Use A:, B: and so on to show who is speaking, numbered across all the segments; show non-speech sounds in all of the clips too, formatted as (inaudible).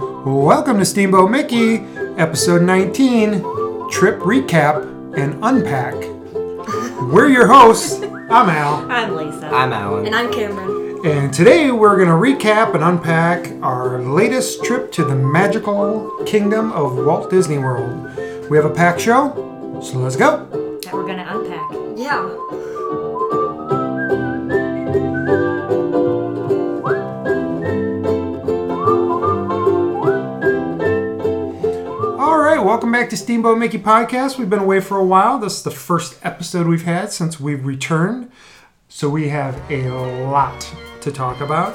A: Welcome to Steamboat Mickey, episode 19 Trip Recap and Unpack. We're your hosts. I'm Al.
B: I'm Lisa.
C: I'm Alan.
D: And I'm Cameron.
A: And today we're going to recap and unpack our latest trip to the magical kingdom of Walt Disney World. We have a packed show, so let's go.
B: that we're gonna unpack.
D: Yeah.
A: All right, welcome back to Steamboat Mickey Podcast. We've been away for a while. This is the first episode we've had since we've returned, so we have a lot to talk about.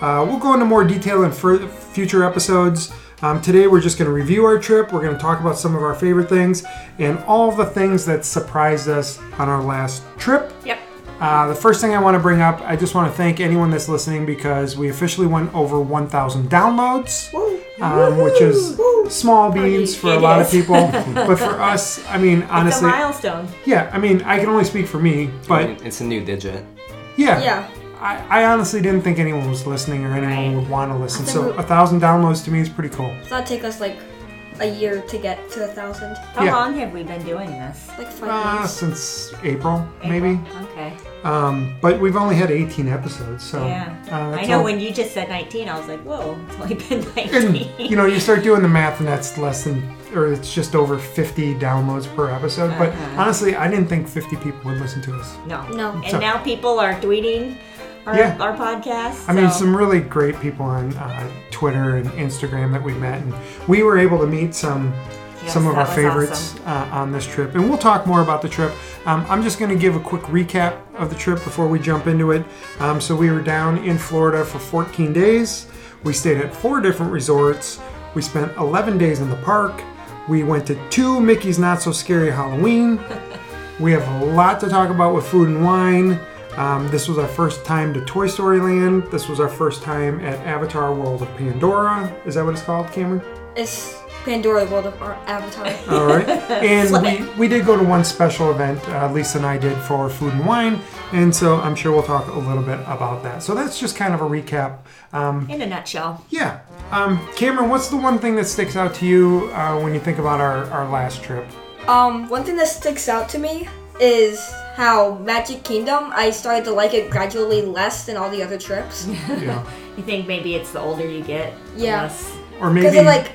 A: Uh, we'll go into more detail in fur- future episodes. Um, today, we're just going to review our trip. We're going to talk about some of our favorite things and all the things that surprised us on our last trip.
B: Yep.
A: Uh, the first thing I want to bring up, I just want to thank anyone that's listening because we officially went over 1,000 downloads, um, which is small beans for a
B: It
A: lot
B: is.
A: of people.
B: (laughs)
A: but for us, I mean,
B: It's a
A: honestly,
B: milestone.
A: yeah, I mean, I can only speak for me, but
C: It's a new digit.
A: yeah,
D: Yeah.
A: I, I honestly didn't think anyone was listening or anyone
B: Right.
A: would want to listen.
D: think
A: So
D: we-
A: 1,000 downloads to me is pretty cool.
D: That'd take us like a year to get to a thousand.
B: How
A: Yeah.
B: long have we been doing this?
D: Like five
A: Uh,
D: months.
A: since April, maybe.
B: April? Okay.
A: Um, but we've only had 18 episodes, so
B: Yeah.
A: uh,
B: I
A: that's
B: know
A: all-
B: when you just said 19, I was like, whoa, it's only been 19.
A: and (laughs) you know you start doing the math and that's less than or it's just over 50 downloads per episode but
B: Uh-huh.
A: honestly i didn't think 50 people would listen to us
B: (laughs) no.
D: No.
B: And
A: So-
B: now people are tweeting our,
A: Yeah.
B: our podcast.
A: i mean
B: so-
A: some really great people on uh, twitter and instagram that we met and we were able to meet some
B: Yes,
A: some of
B: that
A: our
B: was
A: favorites uh, on this trip and we'll talk more about the trip um, i'm just going to give a quick recap of the trip before we jump into it um, so we were down in florida for 14 days we stayed at four different resorts we spent 11 days in the park we went to two mickey's not so scary
B: (laughs)
A: halloween we have a lot to talk about with food and wine um, this was our first time to toy story land this was our first time at avatar world of pandora is that what it's called cameron
D: It's Pandora World of Ar- Avatar. (laughs)
A: all right. And we, we did go to one special event, uh, Lisa and I did for Food and Wine. And so I'm sure we'll talk a little bit about that. So that's just kind of a recap. Um,
B: In a nutshell.
A: yeah. Um, Cameron, what's the one thing that sticks out to you uh, when you think about our, our last trip?
D: um, one thing that sticks out to me is how Magic Kingdom. I started to like it gradually less than all the other trips.
A: You
D: (laughs)
A: know,
B: You think maybe it's the older you get.
D: Yeah.
B: less-
A: or
D: Because
A: maybe.
D: it like.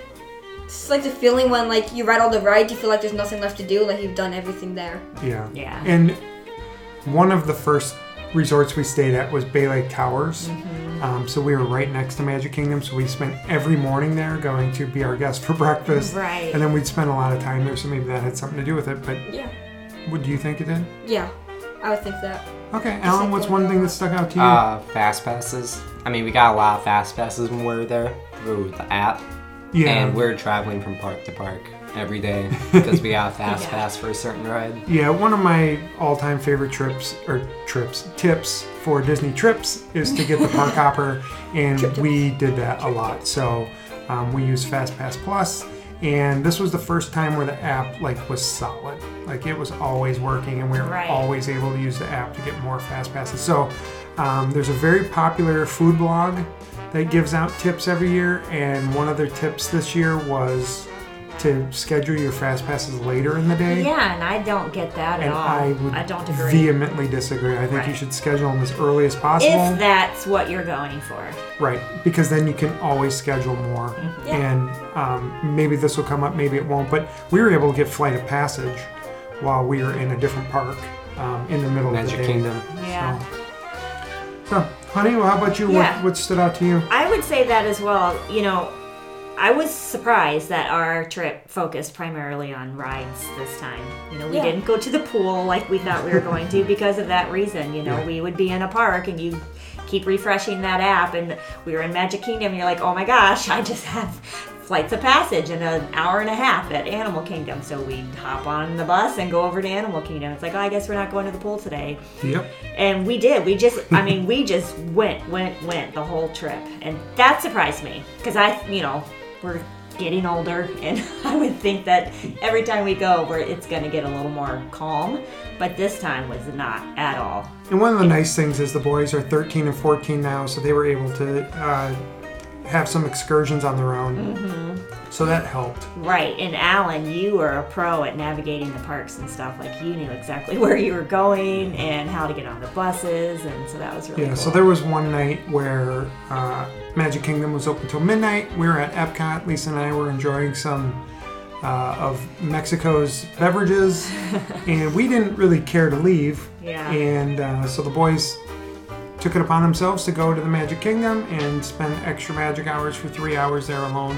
D: It's like the feeling when like you ride all the rides, you feel like there's nothing left to do, like you've done everything there.
A: yeah.
B: Yeah.
A: And one of the first resorts we stayed at was Bay Lake Towers.
B: Mm-hmm.
A: Um, so we were right next to Magic Kingdom. So we spent every morning there going to be our guest for (laughs) breakfast.
B: Right.
A: And then we'd spend a lot of time there, so maybe that had something to do with it. But
D: Yeah.
A: what do you think it did?
D: Yeah. I would think that.
A: Okay, Alan, what's one thing that stuck out to you?
C: Uh, fast passes. I mean, we got a lot of fast passes when we were there through the app,
A: yeah,
C: and we're traveling from park to park every
A: (laughs)
C: day because we got a fast
B: Yeah.
C: pass for a certain ride.
A: yeah. One of my all-time favorite trips or trips tips for Disney trips is to
B: (laughs)
A: get the park hopper, and we did that a lot. So um, we used FastPass Plus, and this was the first time where the app like was solid. Like it was always working, and we were
B: Right.
A: always able to use the app to get more fast passes. So um, there's a very popular food blog that gives out tips every year, and one of their tips this year was to schedule your fast passes later in the day.
B: Yeah, and I don't get that at
A: And
B: all.
A: I would
B: don't agree.
A: vehemently disagree. I think you
B: Right.
A: should schedule them as early as possible.
B: if that's what you're going for.
A: Right, because then you can always schedule more,
B: Mm-hmm.
A: and um, maybe this will come up, maybe it won't. But we were able to get Flight of Passage while we were in a different park um, in the middle
C: Magic
A: of the day.
C: Kingdom.
B: Yeah.
A: So, honey, well, how about you?
B: Yeah.
A: What, what stood out to you?
B: I would say that as well. You know, I was surprised that our trip focused primarily on rides this time. You know, we
D: Yeah.
B: didn't go to the pool like we thought we were going to because of that reason. You know, we would be in a park and you keep refreshing that app, and we were in Magic Kingdom. And you're like, oh my gosh, I just have flights of passage in an hour and a half at Animal Kingdom. So we hop on the bus and go over to Animal Kingdom. It's like, oh, I guess we're not going to the pool today
A: Yep.
B: and we did we just i mean we just went went went the whole trip and that surprised me because i you know we're getting older (laughs) and i would think that every time we go where it's going to get a little more calm but this time was not at all
A: And one of the nice things is the boys are 13 and 14 now, so they were able to uh, have some excursions on their own.
B: Mm-hmm.
A: So that helped.
B: Right, and Alan, you were a pro at navigating the parks and stuff. Like you knew exactly (laughs) where you were going and how to get on the buses, and so that was really
A: Yeah,
B: cool.
A: so there was one night where uh, Magic Kingdom was open till midnight. We were at Epcot. Lisa and I were enjoying some uh, of Mexico's
B: (laughs)
A: beverages, and we didn't really care to leave.
B: Yeah.
A: And uh, so the boys took it upon themselves to go to the Magic Kingdom and spend extra magic hours for three hours there alone,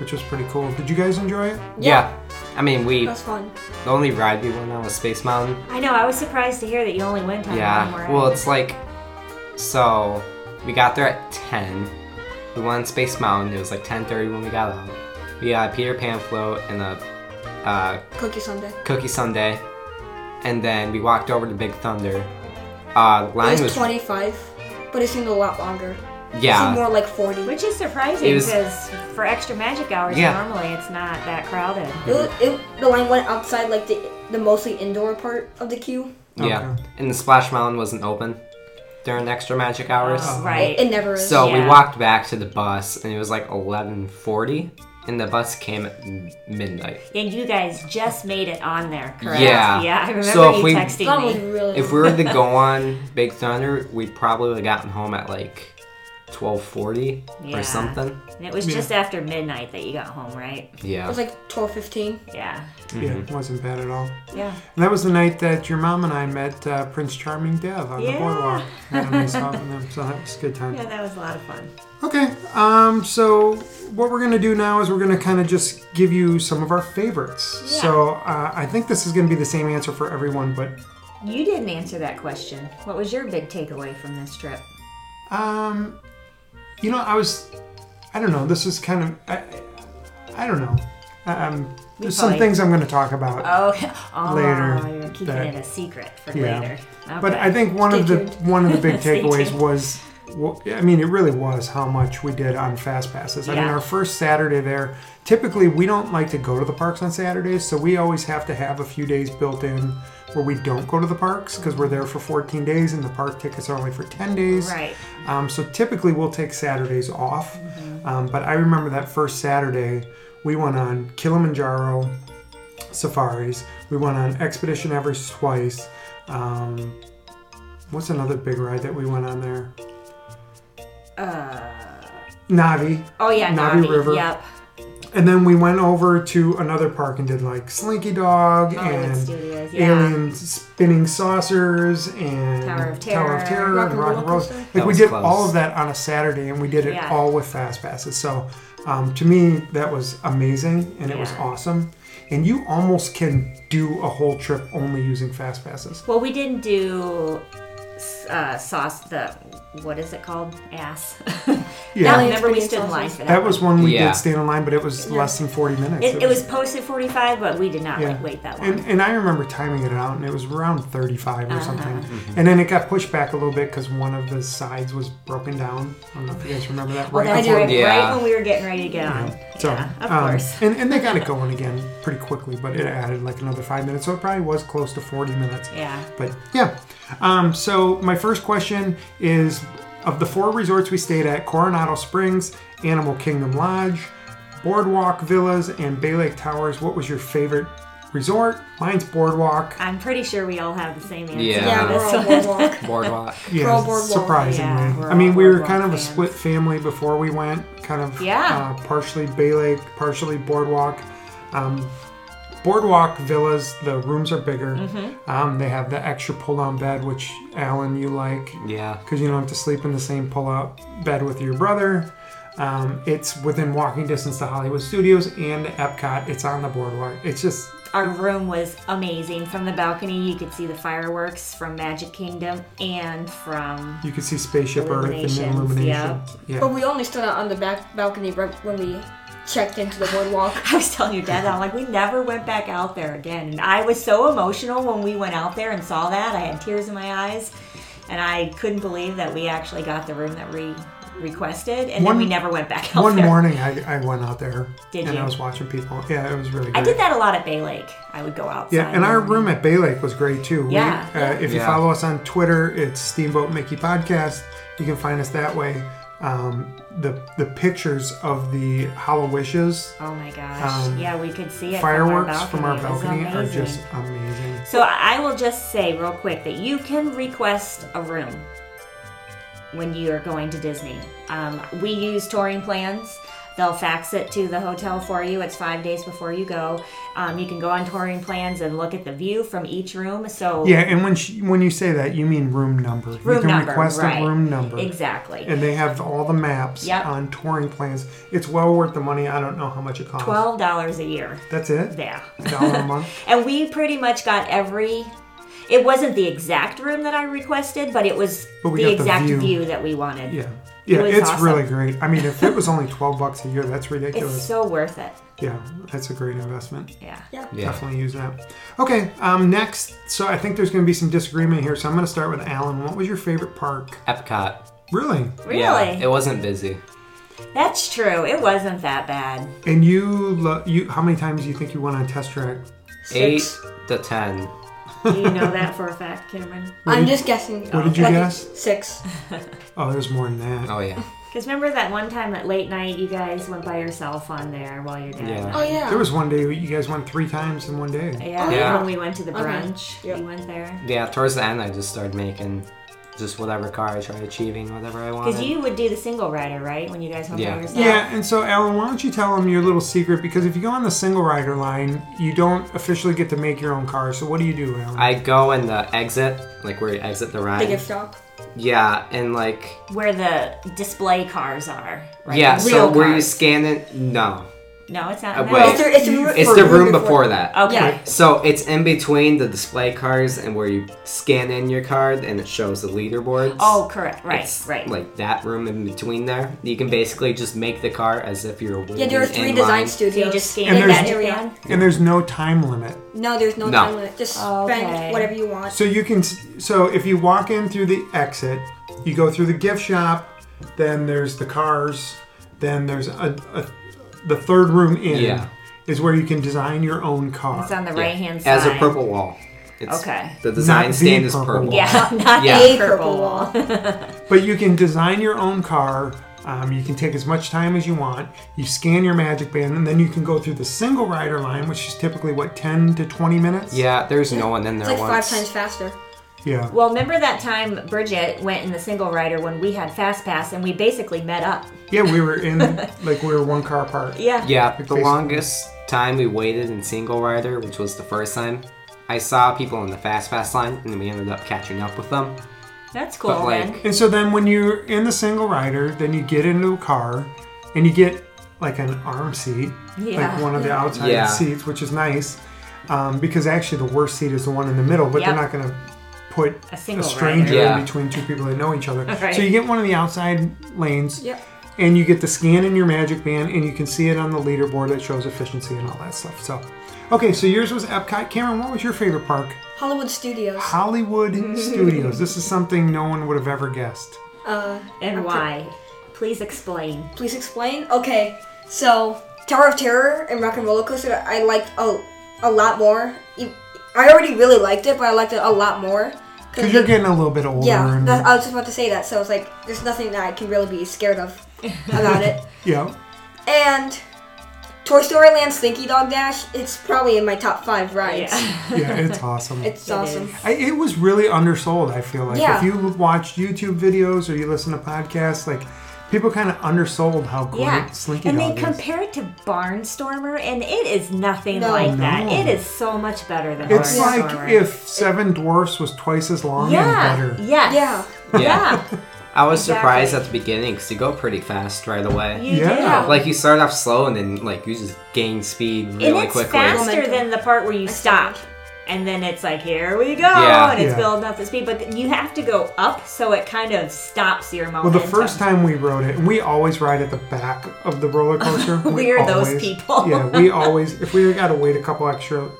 A: which was pretty cool. Did you guys enjoy it?
C: Yeah. I mean, we
D: That's fun.
C: the only ride we went on was Space Mountain.
B: I know. I was surprised to hear that you only went on one more.
C: Yeah. Well, it's like, so we got there at 10. We went on Space Mountain. It was like 10:30 when we got out. We got a Peter Pan float and a uh,
D: Cookie someday.
C: cookie sundae, and then we walked over to Big Thunder. Uh, line
D: It was
C: was
D: 25, but it seemed a lot longer. It seemed
C: yeah.
D: more like 40.
B: which is surprising
C: It was-
B: because for extra magic hours,
C: Yeah.
B: normally it's not that crowded.
D: It, was- it, the line went outside like the the mostly indoor part of the queue.
C: Yeah.
A: Okay.
C: And the Splash Mountain wasn't open during extra magic hours.
B: Oh,
D: It,
B: right.
D: it never is.
C: So we
B: Yeah.
C: walked back to the bus, and it was like 11:40, and the bus came at m- midnight.
B: and you guys just made it on there, correct?
C: Yeah.
B: Yeah. I remember
C: So if
B: you
C: we-
D: that
B: texting
D: was
B: me.
D: really
C: If we were to
D: (laughs)
C: go on Big Thunder, we'd probably have gotten home at like 12:40
B: Yeah.
C: or something.
B: And it was
A: Yeah.
B: just after midnight that you got home, right?
D: It
C: Yeah.
D: was like (laughs) 12, 15.
B: Yeah.
A: Yeah, it wasn't bad at all.
B: Yeah.
A: And that was the night that your mom and I met uh, Prince Charming Dev on the
B: Yeah.
A: boardwalk. Had a
B: (laughs)
A: nice talk with him, so that was a good time.
B: Yeah, that was a lot of fun.
A: Okay, um, so what we're going to do now is we're going to kind of just give you some of our favorites. So uh, I think this is going to be the same answer for everyone, but
B: You didn't answer that question. What was your big takeaway from this trip?
A: um, you know, I was, I don't know, this is kind of, I, I don't know. Um, there's some
B: probably-
A: things I'm going to talk about.
B: Oh, (laughs) oh
A: Later
B: you're keeping
A: that-
B: it a secret for
A: Yeah.
B: later. Okay.
A: But I think one
D: Stay
A: of the
D: tuned.
A: one of the big
B: (laughs) Stay
A: takeaways
B: tuned.
A: was, wa- I mean, it really was how much we did on fast passes. I mean,
B: Yeah.
A: our first Saturday there. Typically, we don't like to go to the parks on Saturdays, so we always have to have a few days built in where we don't go to the parks because we're there for 14 days and the park tickets are only for 10 days.
B: Right.
A: Um, so typically we'll take Saturdays off,
B: Mm-hmm.
A: um, but I remember that first Saturday we went on Kilimanjaro safaris. We went on Expedition Everest twice. Um, what's another big ride that we went on there?
B: Uh,
A: Navi.
B: oh yeah,
A: Navi
B: Navi,
A: River.
B: Yep.
A: And then we went over to another park and did like Slinky Dog
B: Hollywood
A: and
B: Oh, Studios. Yeah.
A: alien spinning saucers and
B: Tower of Terror,
A: Terror
D: Rock
A: and
D: and
A: Rock and
D: Roller
A: Roll.
D: Coaster.
A: Like
C: That
A: we
C: was
A: did
C: close.
A: all of that on a Saturday, and we did it
B: Yeah.
A: all with fast passes. So um, to me, that was amazing, and it was
B: Yeah.
A: awesome. And you almost can do a whole trip only using fast passes.
B: Well, we didn't do uh, sauce. The what is it called? Ass. (laughs)
A: Yeah.
B: Now, remember we
D: Alien
B: stood in line
D: sauces.
B: for that.
A: That was one we
C: Yeah.
A: did stand in line, but it was less than forty minutes.
B: it, it was posted 45, but we did not like wait that long.
A: And, and I remember timing it out, and it was around 35 or something.
B: Uh-huh.
A: And then it got pushed back a little bit because one of the sides was broken down. I don't know if you guys remember that.
B: well, that's
A: before
B: right,
C: Yeah.
B: right when we were getting ready to get on.
A: So,
B: yeah, of
A: um, (laughs)
B: course.
A: And, and they got it going again pretty quickly, but it added like another five minutes, so it probably was close to 40 minutes.
B: Yeah.
A: But yeah. Um, so, my first question is of the four resorts we stayed at Coronado Springs, Animal Kingdom Lodge, Boardwalk Villas, and Bay Lake Towers, what was your favorite resort? Mine's Boardwalk.
B: I'm pretty sure we all have the same answer.
C: Yeah.
D: Yeah,
B: to
D: we're
B: this
C: (laughs)
D: on
B: one.
D: boardwalk.
C: Boardwalk.
A: Yeah,
D: Pro Boardwalk.
A: surprisingly.
B: Yeah, we're
A: I mean,
B: all
A: we were
B: Boardwalk
A: kind of
B: fans.
A: a split family before we went, kind of
B: Yeah.
A: uh, partially Bay Lake, partially Boardwalk. Um, boardwalk villas, the rooms are bigger.
B: Mm-hmm.
A: Um, they have the extra pull-down bed, which Alan you like
C: Yeah.
A: because you don't have to sleep in the same pull-out bed with your brother. Um, it's within walking distance to Hollywood Studios and Epcot. It's on the boardwalk. It's just
B: Our room was amazing. From the balcony, you could see the fireworks from Magic Kingdom and from.
A: you can see Spaceship Earth and
B: Illuminations,
A: Illumination.
B: yeah.
A: Yeah.
D: But we only stood out on the back balcony right when we checked into the
B: (laughs)
D: boardwalk.
B: I was telling your dad that I'm like, we never went back out there again. And I was so emotional when we went out there and saw that. I had tears in my eyes, and I couldn't believe that we actually got the room that we requested, and
A: One-
B: then we never went back out
A: One
B: there.
A: morning, I, I went out there
B: Did
A: and
B: you?
A: I was watching people. Yeah, it was really. Great.
B: I did that a lot at Bay Lake. I would go outside.
A: Yeah, and our room at Bay Lake was great too. We-
B: Yeah.
A: uh, if you
C: Yeah.
A: follow us on Twitter, it's Steamboat Mickey Podcast. You can find us that way. um, the the pictures of the Hollow Wishes
B: Oh my gosh.
A: Um,
B: yeah, we could see it.
A: fireworks from our
B: It
A: balcony
B: was
A: are
B: amazing.
A: just amazing.
B: So I will just say real quick that you can request a room when you are going to Disney. Um, we use touring plans. They'll fax it to the hotel for you. It's five days before you go. Um, you can go on touring plans and look at the view from each room. So
A: Yeah, and when she, when you say that, you mean room number. you
B: room
A: can
B: number,
A: request
B: right.
A: a room number.
B: Exactly.
A: And they have all the maps
B: Yep.
A: on touring plans. It's well worth the money. I don't know how much it costs.
B: Twelve dollars a year.
A: That's it.
B: Yeah.
A: Dollar a month.
B: (laughs) And we pretty much got every. It wasn't the exact room that I requested, but it was
A: But we got
B: the
A: the
B: exact
A: view.
B: view that we wanted.
A: Yeah. Yeah,
B: was
A: it's
B: awesome.
A: really great. I mean, if it was only 12 bucks a year, that's ridiculous.
B: It's so worth it.
A: yeah, that's a great investment.
B: Yeah.
C: Yeah.
A: Definitely use that. Okay, um, next. So I think there's going to be some disagreement here. So I'm going to start with Alan. What was your favorite park?
C: Epcot.
A: Really?
B: Really?
C: Yeah, it wasn't busy.
B: That's true. It wasn't that bad.
A: And you, lo- you, how many times do you think you went on test track?
C: Eight to ten.
B: Do you know that for a fact, Cameron?
D: I'm just guessing.
A: What did you
D: Like,
A: guess?
D: Six.
A: Oh, there's more than that.
C: Oh yeah.
B: Because remember that one time at late night you guys went by yourself on there while your dad.
C: Yeah. Oh,
D: Oh yeah.
A: There was one day you guys went three times in one day.
B: Yeah,
C: Yeah.
B: when we went to the brunch,
D: Yep.
B: you went there.
C: Yeah, towards the end I just started making just whatever car I tried achieving, whatever I wanted.
B: Because you would do the single rider, right? When you guys went
C: Yeah.
B: by yourself.
A: Yeah, and so Alan, why don't you tell them your little secret? Because if you go on the single rider line, you don't officially get to make your own car. So what do you do, Alan?
C: I go in the exit, like where you exit the
D: The
C: ride.
D: gift shop.
C: Yeah, and like
B: Where the display cars are. Right?
C: yeah,
B: Real
C: so where you
B: cars.
C: scan it? No,
B: No, it's not.
C: Uh,
B: no.
C: wait.
D: It's the, Oh, it's the, room-
C: it's
D: for
C: the room before that.
B: Okay.
D: Yeah.
C: So it's in between the display cards and where you scan in your card and it shows the leaderboards.
B: Oh, correct. Right.
C: It's
B: right.
C: Like that room in between there. You can basically just make the car as if you're waiting
D: Yeah, there are three
C: in
D: design
C: line.
B: so you
D: studios.
B: just
A: And
B: scan
D: in
B: the
A: there's-
D: that
B: magic
D: area.
B: band.
A: and there's no time limit.
D: No, there's no,
C: No.
D: time limit. Just
B: Oh, Okay.
D: spend whatever you want.
A: So you can so if you walk in through the exit, you go through the gift shop, then there's the cars, then there's a, a the third room in
C: Yeah.
A: is where you can design your own car.
B: It's on the
C: Yeah.
B: right hand side.
C: As a purple wall. It's,
B: Okay.
C: The design
A: Not the
C: stand is
A: purple
C: purple.
A: wall.
B: Yeah, (laughs) not
C: Yeah.
B: a
D: A
B: purple
D: purple
B: wall.
A: But you can design your own car. Um, you can take as much time as you want. You scan your magic band, and then you can go through the single rider line, which is typically what ten to twenty minutes.
C: (laughs) Yeah, there's no one in there
D: It's like five
C: once.
D: times faster.
A: yeah.
B: Well, remember that time Bridget went in the single rider when we had Fast Pass and we basically met up.
A: Yeah, we were in like we were one car apart.
B: Yeah.
C: Yeah, the
A: Basically.
C: longest time we waited in single rider, which was the first time, I saw people in the fast pass line, and we ended up catching up with them.
B: That's cool,
C: But, like,
B: man.
A: And so then when you're in the single rider, then you get into a car and you get like an arm seat,
B: Yeah.
A: like one of the outside
C: Yeah.
A: seats, which is nice um, because actually the worst seat is the one in the middle, but
B: Yep.
A: they're not going to put
B: A
A: a
B: single
A: stranger
B: rider.
C: Yeah.
A: in between two people that know each
B: (laughs)
A: other.
B: Right.
A: So you get one of the outside lanes
D: Yep.
A: and you get the scan in your magic band and you can see it on the leaderboard that shows efficiency and all that stuff. So, okay, so yours was Epcot. Cameron, what was your favorite park?
D: Hollywood Studios.
B: (laughs)
A: Hollywood Studios. This is something no one would have ever guessed.
D: Uh,
B: And
D: okay.
B: why? Please explain.
D: Please explain. Okay, so Tower of Terror and Rock and Roller Coaster, I liked a, a lot more. E- I already really liked it, but I liked it a lot more.
A: Because you're getting a little bit older.
D: yeah,
A: and,
D: that, I was just about to say that. So it's like there's nothing that I can really be scared of
A: (laughs)
D: about it.
A: yeah.
D: And Toy Story Land Slinky Dog Dash, it's probably in my top five rides.
B: Yeah.
A: yeah, (laughs)
B: (laughs)
A: it's awesome.
D: It's
B: It
D: awesome.
B: is.
A: I, it was really undersold. I feel like
D: Yeah.
A: if you watch YouTube videos or you listen to podcasts, like people kind of undersold how great
B: Yeah.
A: Slinky
B: And they
A: Dog is.
B: compare it to Barnstormer, and it is nothing
D: No.
B: like that.
A: No.
B: It is so much better than
A: It's
B: Barnstormer.
A: like if Seven Dwarfs was twice as long
B: yeah.
A: and better.
B: Yes. Yeah. Yeah.
C: I was
B: Exactly.
C: surprised at the beginning because you go pretty fast right away.
B: You
A: Yeah.
B: do.
C: Like you start off slow and then like you just gain speed
B: and
C: really
B: it's
C: quickly.
B: faster
D: Momentum.
B: than the part where you stop and then it's like here we go
C: Yeah.
B: and it's
A: Yeah.
B: building up the speed but you have to go up so it kind of stops your
A: Well,
B: momentum
A: the first time we rode it, and we always ride at the back of the
B: (laughs)
A: roller coaster.
B: We are those
A: always-
B: people.
A: yeah, we always, if we got to wait a couple extra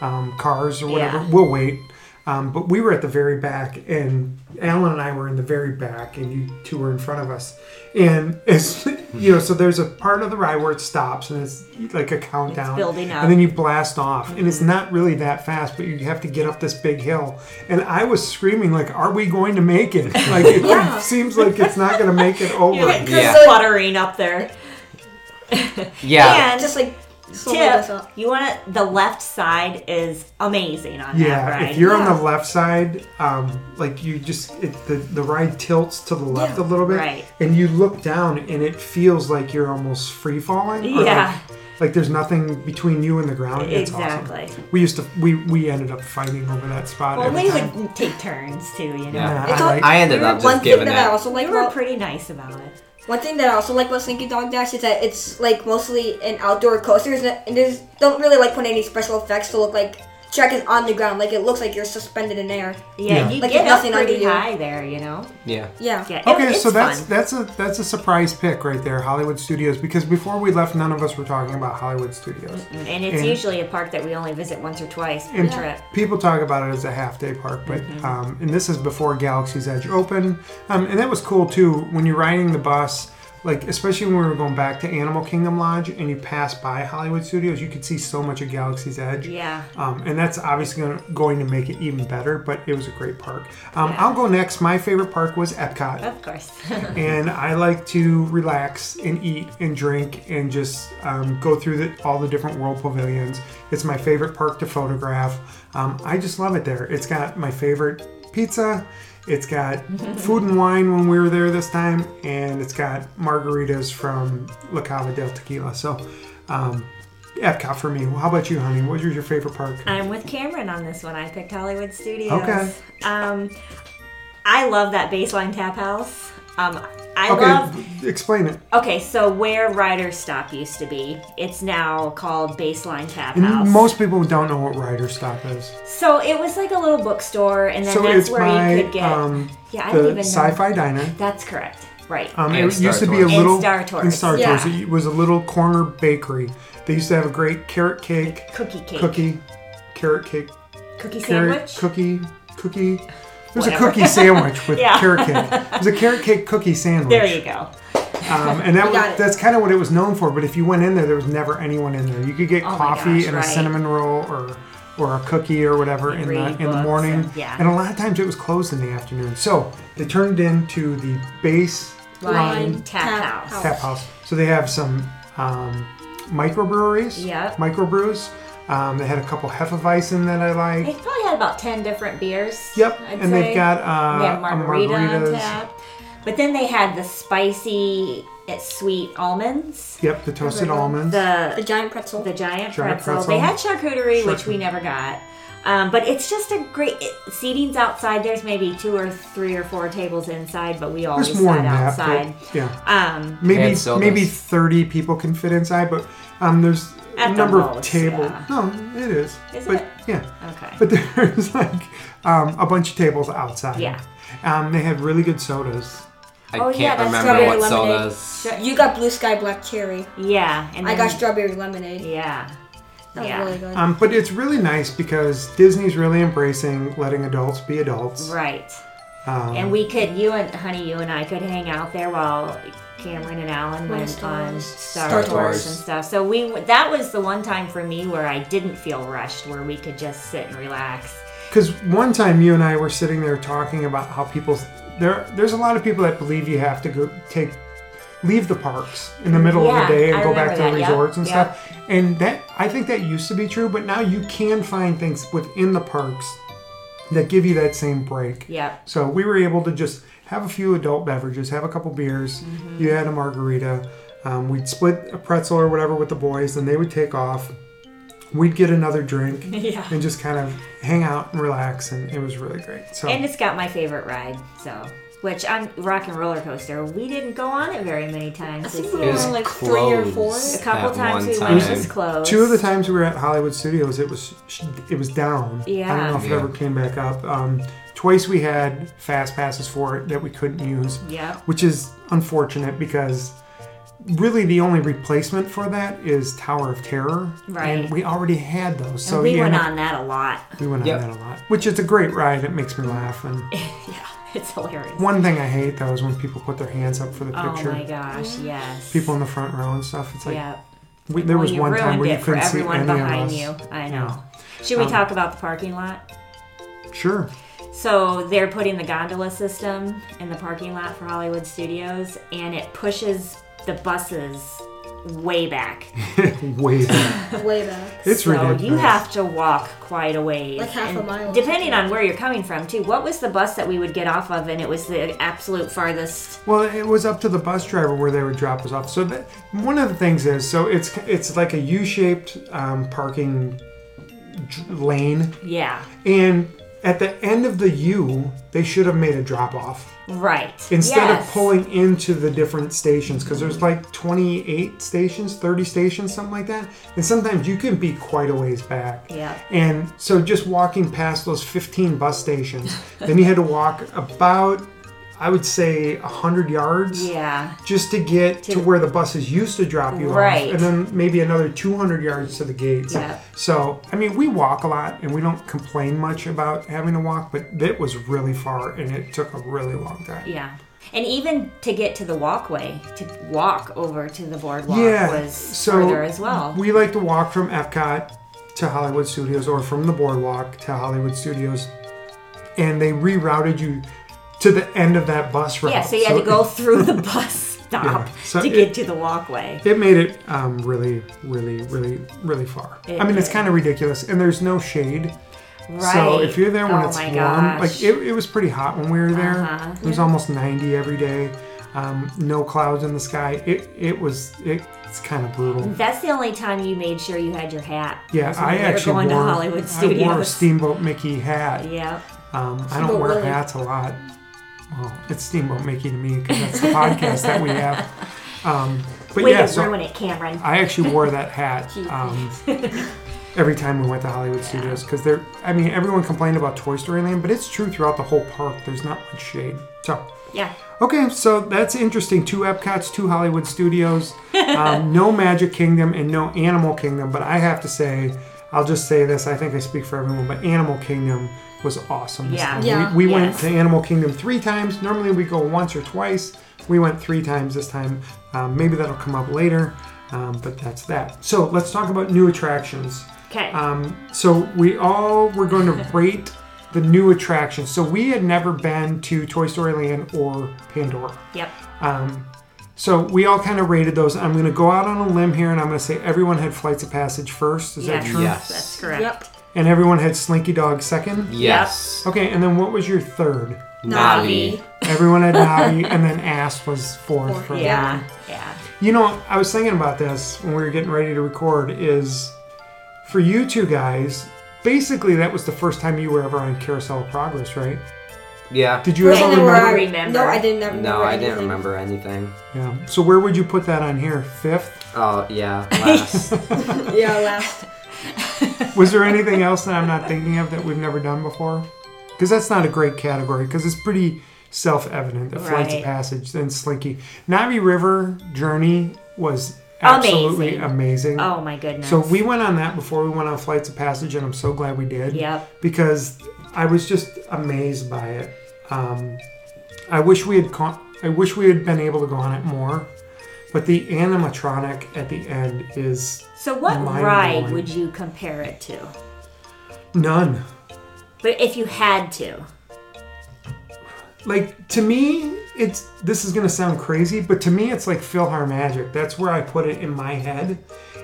A: um, cars or whatever,
B: Yeah.
A: we'll wait. Um, but we were at the very back, and Alan and I were in the very back, and you two were in front of us. And it's (laughs) you know, so there's a part of the ride where it stops, and it's like a countdown,
B: building up.
A: and then you blast off, and it's not really that fast, but you have to get up this big hill. And I was screaming like, "Are we going to make it? Like it
D: Yeah.
A: seems like it's not going to make it over."
B: You're
C: Yeah.
B: sputtering up there.
C: Yeah.
B: And
D: Just like slow us
B: tip,
D: up.
B: you want to, the left side is amazing on that
A: Yeah,
B: ride.
A: if you're on
D: Yeah.
A: the left side, um, like you just it, the the ride tilts to the left
D: Yeah.
A: a little bit,
B: Right.
A: and you look down, and it feels like you're almost free falling. or like-
B: Yeah.
A: like, there's nothing between you and the ground. It's
B: Exactly.
A: Awesome. We used to we we ended up fighting over that spot.
B: Well,
A: every
B: we
A: time.
B: would take turns too, you know.
C: Yeah.
A: Yeah,
D: It's
A: I
D: all-
A: like-
C: I ended up
D: one
C: just
D: thing
C: giving
D: that I
C: that.
D: also like
B: You were
D: about
B: pretty nice about it.
D: one thing that I also like about Slinky Dog Dash is that it's like mostly an outdoor coaster, and it- and there's don't really like put any special effects to look like track is on the ground, like it looks like you're suspended in air.
B: Yeah,
A: Yeah.
B: you
D: Like,
B: get up
D: nothing under
B: pretty
D: you.
B: high there, you know.
C: Yeah.
D: Yeah.
B: Yeah. it-
A: Okay,
B: it's
A: so that's
B: fun.
A: that's a that's a surprise pick right there, Hollywood Studios. Because before we left, none of us were talking about Hollywood Studios.
B: and it's
A: and-
B: usually a park that we only visit once or twice per
A: And
B: trip.
A: people talk about it as a half day park, but
B: Mm-hmm.
A: um, and this is before Galaxy's Edge opened, um, and that was cool too. When you're riding the bus, like especially when we were going back to Animal Kingdom Lodge, and you pass by Hollywood Studios, you could see so much of Galaxy's Edge.
B: Yeah.
A: Um, and that's obviously gonna, going to make it even better, but it was a great park. Um, I'll go next. My favorite park was Epcot
B: Of course.
A: and I like to relax and eat and drink and just um, go through the, all the different world pavilions. It's my favorite park to photograph. Um, I just love it there. It's got my favorite pizza. It's
B: (laughs)
A: got food and wine when we were there this time, and it's got margaritas from La Cava del Tequila. So, um, Epcot for me. Well, how about you, honey? What was your favorite park?
B: (laughs) I'm with Cameron on this one. I picked Hollywood Studios.
A: Okay.
B: Um, I love that baseline tap house. Um, I
A: Okay,
B: love
A: b- explain it.
B: Okay, so where Rider Stop used to be, it's now called Baseline Tap House.
A: Most people don't know what Rider Stop is.
B: so it was like a little bookstore, and then
A: So
B: that's
A: it's
B: where
A: by
B: you could get.
A: um,
B: yeah, I don't
A: the
B: even know.
A: Sci-Fi Diner.
B: That's correct. Right.
A: Um,
C: And
A: it
C: Star
A: used to be a
C: Tours.
B: And
A: little
B: Star Tours.
A: in Star
D: Yeah.
A: Tours. It was a little corner bakery. They used to have a great carrot cake,
B: cookie cake.
A: cookie, carrot cake,
B: Cookie
A: carrot
B: sandwich.
A: cookie, cookie. There's a
B: Whatever.
A: cookie sandwich with
B: (laughs) Yeah.
A: carrot cake. There's a carrot cake cookie sandwich.
B: there you go.
A: Um, and that was,
D: got it.
A: that's kind of what it was known for. But if you went in there, there was never anyone in there. You could get
B: Oh my
A: coffee
B: gosh,
A: and
B: right.
A: a cinnamon roll or or a cookie or whatever in the
B: read
A: in the
B: books
A: morning.
B: and- yeah.
A: a lot of times it was closed in the afternoon. So they turned it into the base
B: Line Tap,
D: Tap
B: House.
D: House.
A: tap house. So they have some um, microbreweries.
B: Yep.
A: Microbrews. Um, they had a couple Hefeweizen that I
B: They
A: like.
B: probably had about ten different beers.
A: Yep.
B: I'd
A: and
B: say.
A: they've got uh,
B: They had
A: a
B: margarita on
A: margaritas.
B: tap. But then they had the spicy, eh, sweet almonds.
A: Yep, the toasted almonds.
B: The
D: The giant pretzel.
B: the giant
A: Giant
B: pretzel.
A: pretzel.
B: They had charcuterie, which we never got. Um, but it's just a great it, seating's outside. There's maybe two or three or four tables inside, but we always
A: There's more
B: sat
A: than that.
B: outside.
A: But, yeah.
B: Um,
A: Maybe
C: And sodas.
A: maybe thirty people can fit inside, but um, there's a
B: At the
A: number of
B: most,
A: tables.
B: yeah.
A: No, it is.
B: Is
A: but
B: it?
A: yeah.
B: okay.
A: But (laughs) there's like um, a bunch of tables outside.
B: Yeah.
A: Um, they had really good sodas.
C: I
B: Oh, yeah,
C: can't
B: that's
C: remember
D: strawberry
C: what
D: lemonade.
C: sodas.
D: You got blue sky black cherry.
B: yeah. And
D: I
B: then,
D: got strawberry lemonade.
B: yeah.
D: That
B: Mm.
D: was
B: yeah.
D: really good.
A: Um, but it's really nice because Disney's really embracing letting adults be adults.
B: Right.
A: Um,
B: And we could, you and honey, you and I could hang out there while Cameron and Alan
D: Went
B: went
D: Star
B: on
D: Wars.
B: Star,
D: Star
B: Tours
C: Tours.
B: and stuff. So we that was the one time for me where I didn't feel rushed, where we could just sit and relax.
A: Because one time you and I were sitting there talking about how people there. There's a lot of people that believe you have to go take leave the parks in the middle
B: Yeah,
A: of the day and
B: I
A: go back
B: remember
A: to the
B: that, yep,
A: resorts and
B: yep.
A: stuff. And that I think that used to be true, but now you can find things within the parks that give you that same break.
B: Yep.
A: So we were able to just have a few adult beverages, have a couple beers.
B: Mm-hmm.
A: You had a margarita. Um, we'd split a pretzel or whatever with the boys, and they would take off. We'd get another drink
B: (laughs) Yeah.
A: and just kind of hang out and relax, and it was really great. So
B: And it's got my favorite ride, so which on Rock and Roller Coaster, we didn't go on it very many times.
D: I think
B: this
D: we
B: year.
C: It
D: were
C: was
D: on like
C: closed.
D: three or four.
B: a couple
C: at
B: times
C: one
B: we went, it
C: time.
B: was closed.
A: two of the times we were at Hollywood Studios, it was it was down. I
B: Yeah.
A: don't know if
C: Yeah.
A: it ever came back up. Um, twice we had fast passes for it that we couldn't use,
B: Yep.
A: which is unfortunate because really the only replacement for that is Tower of Terror.
B: Right.
A: And we already had those. So
B: and we
A: you
B: went
A: know,
B: on that a lot. (laughs)
A: We went on
C: Yep.
A: that a lot. Which is a great ride. It makes me laugh. And
B: yeah, it's hilarious.
A: one thing I hate though is when people put their hands up for the
B: Oh
A: picture.
B: my gosh, yes.
A: People in the front row and stuff. It's like
B: yeah.
A: we, there
B: Well,
A: was
B: you
A: one time
B: ruined
A: where
B: it
A: you
B: for
A: couldn't see
B: everyone
A: any of
B: behind
A: us.
B: you. I know. Should we
A: Um,
B: talk about the parking lot?
A: Sure.
B: So they're putting the gondola system in the parking lot for Hollywood Studios, and it pushes the buses way back.
A: Wait.
D: Way back.
A: (laughs) It's
B: so
A: ridiculous.
B: you have to walk quite a ways.
D: Like half a
B: And
D: mile.
B: Depending on where you're coming from, too. What was the bus that we would get off of, and it was the absolute farthest?
A: Well, it was up to the bus driver where they would drop us off. So that, one of the things is, so it's it's like a U-shaped um, parking dr- lane,
B: Yeah,
A: and at the end of the U, they should have made a drop off
B: right.
A: instead
B: Yes.
A: of pulling into the different stations because there's like 28 stations, 30 stations, something like that, and sometimes you can be quite a ways back.
B: Yeah.
A: And so just walking past those 15 bus
B: (laughs)
A: stations, then you had to walk about, I would say, 100 yards
B: Yeah,
A: just to get to,
B: To-
A: where the buses used to drop you
B: Right.
A: off, and then maybe another 200 yards to the gates.
B: Yeah.
A: So, I mean, we walk a lot, and we don't complain much about having to walk, but it was really far, and it took a really long time.
B: yeah. And even to get to the walkway, to walk over to the boardwalk was
A: so
B: further as well.
A: We like to walk from Epcot to Hollywood Studios, or from the boardwalk to Hollywood Studios, and they rerouted you to the end of that bus route.
B: yeah, so you had to go through the bus (laughs) stop
A: Yeah, so
B: to
A: it-
B: get to the walkway.
A: It made it um, really, really, really, really far.
B: It
A: I mean, it's
B: did.
A: kind of ridiculous, and there's no shade.
B: Right.
A: So if you're there when
B: oh
A: it's
B: my
A: warm,
B: gosh.
A: like it, it was pretty hot when we were there.
B: Uh-huh.
A: It was almost 90 every day. Um, no clouds in the sky. It it was it, it's kind of brutal.
B: That's the only time you made sure you had your hat.
A: Yeah,
B: was when
A: I
B: we were
A: actually
B: going
A: wore,
B: to Hollywood
A: I wore a
B: Studios.
A: Steamboat Mickey hat.
B: Yeah.
A: Um, I don't
D: Steamboat
A: wear
D: Willie.
A: hats a lot. Well, it's Steamboat Mickey to me because that's the podcast that we
D: (laughs)
A: have. Um, but
B: Way
A: yeah,
B: to
A: so
B: ruin it, Cameron.
A: I actually wore that
B: (laughs)
A: hat um, every time we went to Hollywood Studios because they're. I mean, everyone complained about Toy Story Land, but it's true throughout the whole park. There's not much shade. So,
B: Yeah.
A: okay, so that's interesting. Two Epcot's, two Hollywood
B: (laughs)
A: Studios, um, no Magic Kingdom, and no Animal Kingdom. But I have to say, I'll just say this. I think I speak for everyone, but Animal Kingdom was awesome. this
B: Yeah.
A: time.
D: Yeah.
A: We, we went
B: Yes.
A: to Animal Kingdom three times. Normally we go once or twice. We went three times this time. Um, maybe that'll come up later, um, but that's that. So let's talk about new attractions.
B: Okay.
A: Um, so we all were going
B: (laughs)
A: to rate the new attractions. So we had never been to Toy Story Land or Pandora.
B: yep.
A: So we all kind of rated those. I'm going to go out on a limb here, and I'm going to say everyone had Flights of Passage first. Is
B: Yes.
A: that true?
C: Yes.
B: That's correct.
D: Yep.
A: And everyone had Slinky Dog second.
C: Yes.
A: Okay, and then what was your third?
C: Navi.
A: Everyone had
B: (laughs)
A: Navi, and then Ass was fourth. For
B: Yeah.
A: everyone.
B: Yeah.
A: You know, I was thinking about this when we were getting ready to record. Is for you two guys, basically that was the first time you were ever on Carousel of Progress, right?
C: Yeah.
A: Did you
D: Right,
A: ever
D: and then we're
A: remember?
D: on-
B: remember?
D: No, I didn't remember.
C: No, I didn't
D: anything.
C: remember anything.
A: Yeah. So where would you put that on here? Fifth?
C: Oh
A: (laughs)
C: yeah, last.
D: (laughs) Yeah,
B: (laughs)
D: last.
A: Was there anything else that I'm not thinking of that we've never done before? Because that's not a great category. Because it's pretty self-evident. The flights of
B: Right.
A: passage, then Slinky, Navi River Journey was absolutely
B: Amazing.
A: amazing.
B: Oh my goodness.
A: So we went on that before we went on Flights of Passage, and I'm so glad we did.
B: Yep.
A: Because I was just amazed by it. Um, I wish we had con- I wish we had been able to go on it more. But the animatronic at the end is
B: So what
A: Mind
B: ride
A: blowing.
B: would you compare it to?
A: none.
B: But if you had to.
A: Like to me, it's this is gonna sound crazy, but to me, it's like Philhar Magic. That's where I put it in my head.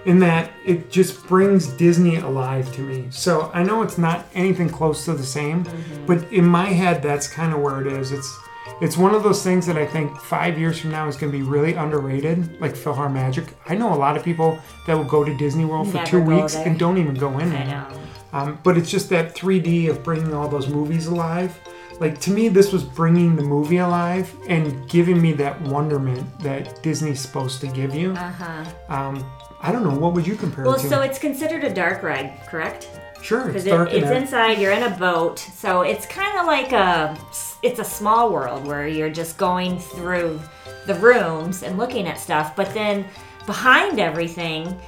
A: In that it just brings Disney alive to me. So I know it's not anything close to the same,
B: Mm-hmm.
A: but in my head, that's kind of where it is. It's it's one of those things that I think five years from now is going to be really underrated, like Philhar Magic. I know a lot of people that will go to Disney World for
B: Never
A: two
B: go
A: weeks
B: there.
A: and don't even go in.
B: I
A: there.
B: know.
A: Um, but it's just that 3D of bringing all those movies alive. Like to me, this was bringing the movie alive and giving me that wonderment that Disney's supposed to give you.
B: Uh huh.
A: Um, I don't know. What would you compare
B: Well,
A: it to?
B: so it's considered a dark ride, correct?
A: sure, it's
B: Because
A: dark
B: it,
A: in
B: it's
A: there.
B: inside. You're in a boat, so it's kind of like a. It's a small world where you're just going through the rooms and looking at stuff, but then behind everything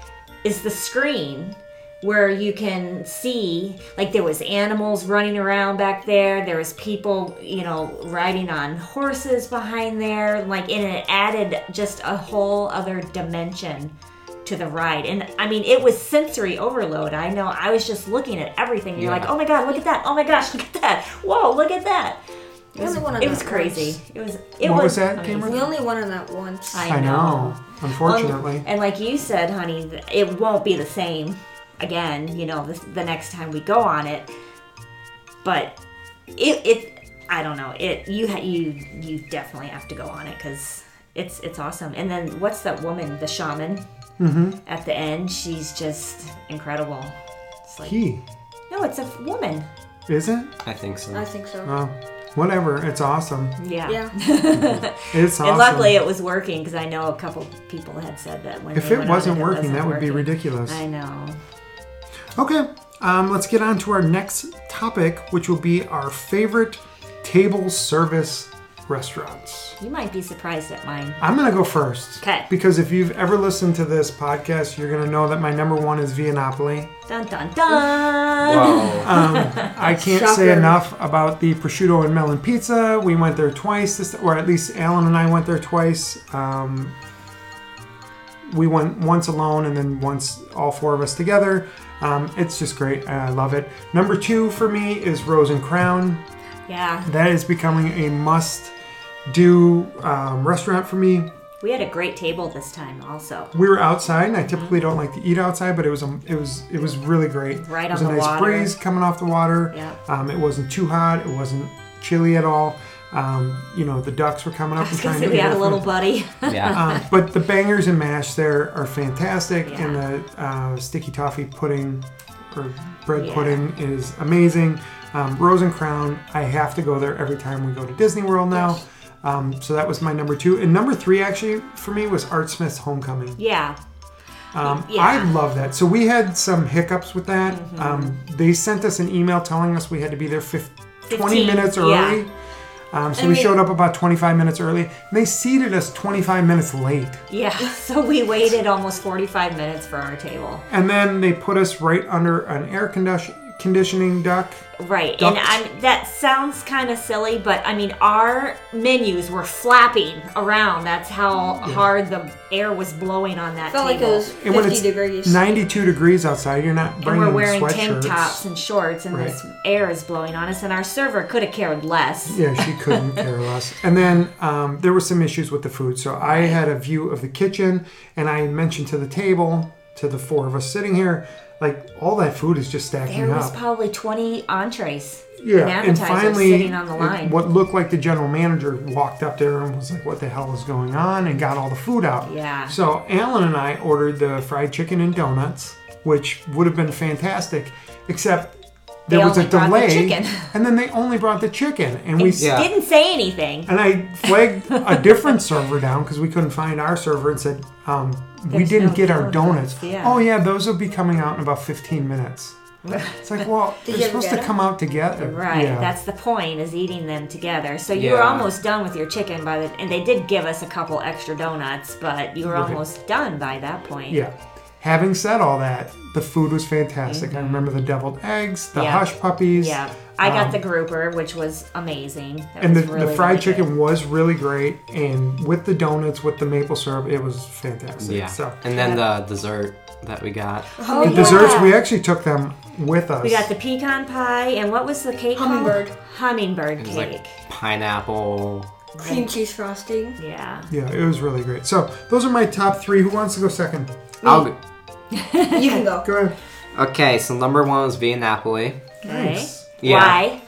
B: is the screen where you can see like there was animals running around back there there was people you know riding on horses behind there like and it added just a whole other dimension to the ride and i mean it was sensory overload i know i was just looking at everything you're
C: Yeah.
B: like oh my god look at that oh my gosh (laughs) look at that whoa look at that
D: We only went on
B: it
D: that
B: was crazy it was it
A: What was
B: was
A: that,
B: amazing.
A: Cameron?
D: once. We only went on that once.
A: I know.
B: Well,
A: Unfortunately.
B: Um, and like you said, honey, th- it won't be the same again, you know, the, the next time we go on it. But it, it I don't know. It you ha- you you definitely have to go on it cuz it's it's awesome. And then what's that woman, the shaman?
A: Mm-hmm.
B: At the end, she's just incredible. It's like
A: he
B: No, it's a f- woman.
A: isn't.
C: I think so.
D: I think so.
A: Well, whatever. It's awesome.
B: Yeah.
D: yeah.
A: It's awesome.
B: And luckily it was working because I know a couple people had said that when
A: if
B: they
A: it
B: went on
A: wasn't
B: it, it
A: working,
B: wasn't
A: that would be
B: working.
A: ridiculous.
B: I know.
A: Okay, um, let's get on to our next topic, which will be our favorite table service restaurants.
B: You might be surprised at mine.
A: I'm gonna go first.
B: 'Kay.
A: Because if you've ever listened to this podcast, you're gonna know that my number one is Viennapoli.
B: Dun dun dun!
C: Whoa.
A: I can't say
D: Shocker.
A: enough about the prosciutto and melon pizza. We went there twice, this, or at least Alan and I went there twice. Um, we went once alone and then once all four of us together. Um, it's just great. I love it. Number two for me is Rose and Crown.
B: Yeah,
A: That is becoming a must do um, restaurant for me.
B: we had a great table this time,
A: (laughs)
B: also.
A: We were outside, and I typically don't like to eat outside, but it was um, it was it was really great.
B: Mm-hmm. Right
A: it was
B: on
A: a
B: the
A: nice
B: water.
A: breeze coming off the water.
B: Yeah.
A: Um, it wasn't too hot. It wasn't chilly at all. Um, you know, the ducks were coming up
B: I
A: and
B: was gonna
A: trying
B: say
A: to
B: we
A: eat
B: had a
A: our
B: little
A: food.
B: buddy. (laughs)
A: (laughs)
C: yeah.
A: Um, but the bangers and mash there are fantastic,
B: Yeah.
A: and the uh, sticky toffee pudding or bread
B: Yeah.
A: pudding is amazing. Um, Rose and Crown, I have to go there every time we go to Disney World now. Um, so that was my number two, and number three actually for me was Art Smith's Homecoming.
B: yeah,
A: Um,
B: Yeah. Mm-hmm.
A: I love that. So we had some hiccups with that. Um, they sent us an email telling us we had to be there fif- 20
B: 15,
A: minutes
B: yeah.
A: early. Um, so
D: I
A: we
D: mean-
A: showed up about 25 minutes early. And they seated us 25 minutes late.
B: yeah. (laughs) So we waited almost 45 minutes for our table.
A: And then they put us right under an air condition- conditioning duct.
B: Right, and
A: Ducked.
B: I'm, that sounds kind of silly, but I mean, our menus were flapping around. That's how hard the air was blowing on that
D: Felt like it
B: table.
D: was
A: And when
D: 50
A: it's
D: degrees.
A: 92 degrees outside, you're not
B: and
A: bringing
B: we're wearing
A: sweatshirts.
B: tank tops and shorts, and this air is blowing on us, and our server could have cared less.
A: Yeah, she
B: (laughs)
A: couldn't care less. And then um, there were some issues with the food. So I had a view of the kitchen, and I mentioned to the table, to the four of us sitting here, like all that food is just stacking
B: There was
A: up.
B: probably 20 entrees and
A: yeah, and
B: appetizers
A: finally,
B: sitting on the
A: it-
B: line.
A: what looked like the general manager walked up there and was like, "What the hell is going on?" and got all the food out.
B: Yeah.
A: So Alan and I ordered the fried chicken and donuts, which would have been fantastic, except. There
B: They
A: was a
B: only brought the
A: delay,
B: chicken.
A: (laughs) and then they only brought the chicken, and we
C: Yeah.
B: Didn't say anything.
A: and I flagged a different server down because we couldn't find our server and said, um, we
B: There's
A: didn't
B: no
A: get our donuts.
B: donuts, yeah.
A: Oh, yeah, those will be coming out in about 15
B: (laughs)
A: minutes. It's like, well,
D: you
A: they're
D: ever
A: supposed
D: get
A: to come out together.
B: Right,
A: Yeah.
B: that's the point is eating them together. So you were
C: Yeah.
B: almost done with your chicken by the and they did give us a couple extra donuts, but you were almost done by that point.
A: yeah. Having said all that, the food was fantastic. I remember the deviled eggs, the
B: Mm-hmm. Yeah.
A: hush puppies.
B: Yeah. I got the grouper, which was amazing. That
A: Um, And the,
B: was really,
A: the fried
B: really good.
A: chicken was really great. And with the donuts, with the maple syrup, it was fantastic.
C: yeah.
A: So,
C: And then the dessert that we got.
B: Oh,
A: and
B: yeah.
A: desserts, we actually took them with us.
B: We got the pecan pie and what was the cake called?
D: Hummingbird.
B: Hummingbird
C: It was
B: cake.
C: like pineapple.
D: Cream cheese frosting.
B: yeah.
A: Yeah, it was really great. So those are my top three. Who wants to go second?
C: I'll go-
D: You
A: (laughs)
D: can go.
A: Go ahead.
C: Okay, so number one was Via Napoli.
B: Okay.
A: Nice.
C: Yeah.
B: Why?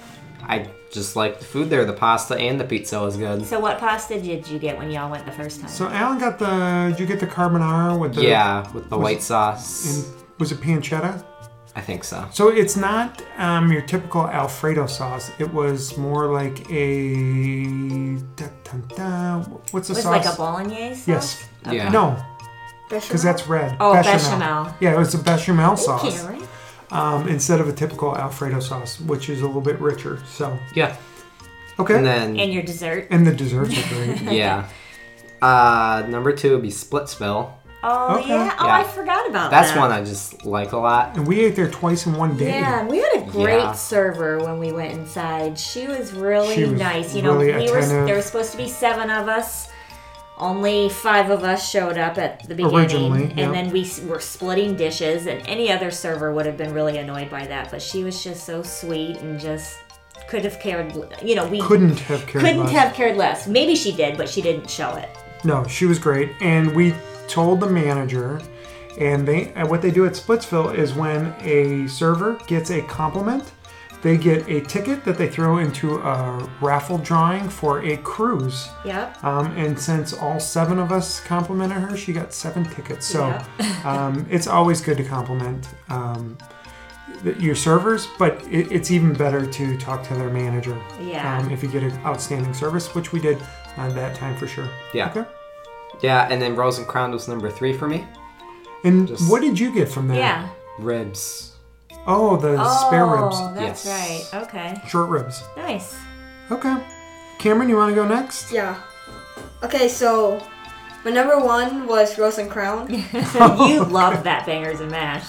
C: I just like the food there. The pasta and the pizza was good.
B: So what pasta did you get when y'all went the first time?
A: So Alan got the. Did you get the carbonara with the?
C: Yeah, with the white sauce.
A: And was it pancetta?
C: I think so.
A: So it's not um, your typical Alfredo sauce. It was more like a. Da, da, da, what's the
B: it was
A: sauce?
B: like a bolognese sauce?
A: Yes.
C: Yeah.
A: No, because
D: Because
A: that's red.
B: Oh, bechamel.
A: Yeah, it was a bechamel sauce
B: Karen.
A: um, instead of a typical Alfredo sauce, which is a little bit richer. So
C: Yeah.
A: okay.
C: And then
B: And your dessert? (laughs)
A: And the desserts are great.
C: yeah. Uh, number two would be Splitsville.
B: Oh
A: Okay.
B: yeah. Oh, I
C: Yeah.
B: forgot about
C: That's
B: that.
C: one I just like a lot.
A: And we ate there twice in one day.
B: Yeah, and we had a great
C: Yeah.
B: server when we went inside. She was really
A: She was
B: nice. You
A: really
B: know, we were
A: attentive.
B: there was supposed to be seven of us. Only five of us showed up at the beginning,
A: Originally,
B: and
A: yeah.
B: then we s- were splitting dishes. And any other server would have been really annoyed by that, but she was just so sweet and just could have cared. l- You know, we
A: Couldn't have cared
B: couldn't
A: less.
B: have cared less. Maybe she did, but she didn't show it.
A: No, she was great, and we told the manager, and they and what they do at Splitsville is when a server gets a compliment, they get a ticket that they throw into a raffle drawing for a cruise.
B: Yep.
A: Um, and since all seven of us complimented her, she got seven tickets. So (laughs) um, it's always good to compliment um, th- your servers, but it, it's even better to talk to their manager
B: (laughs) Yeah.
A: um, if you get an outstanding service, which we did uh, that time for sure.
C: Yeah.
A: Okay.
C: Yeah, and then Rose and Crown was number three for me.
A: And
C: Just-
A: what did you get from that?
B: Yeah.
C: Ribs.
A: Oh, the spare ribs,
B: Oh, that's
C: Yes.
B: right. Okay.
A: short ribs.
B: Nice.
A: Okay. Cameron, you want to go
D: (laughs)
A: next?
D: Yeah. Okay, so my number one was Rose and Crown.
A: (laughs)
B: you love that bangers and mash.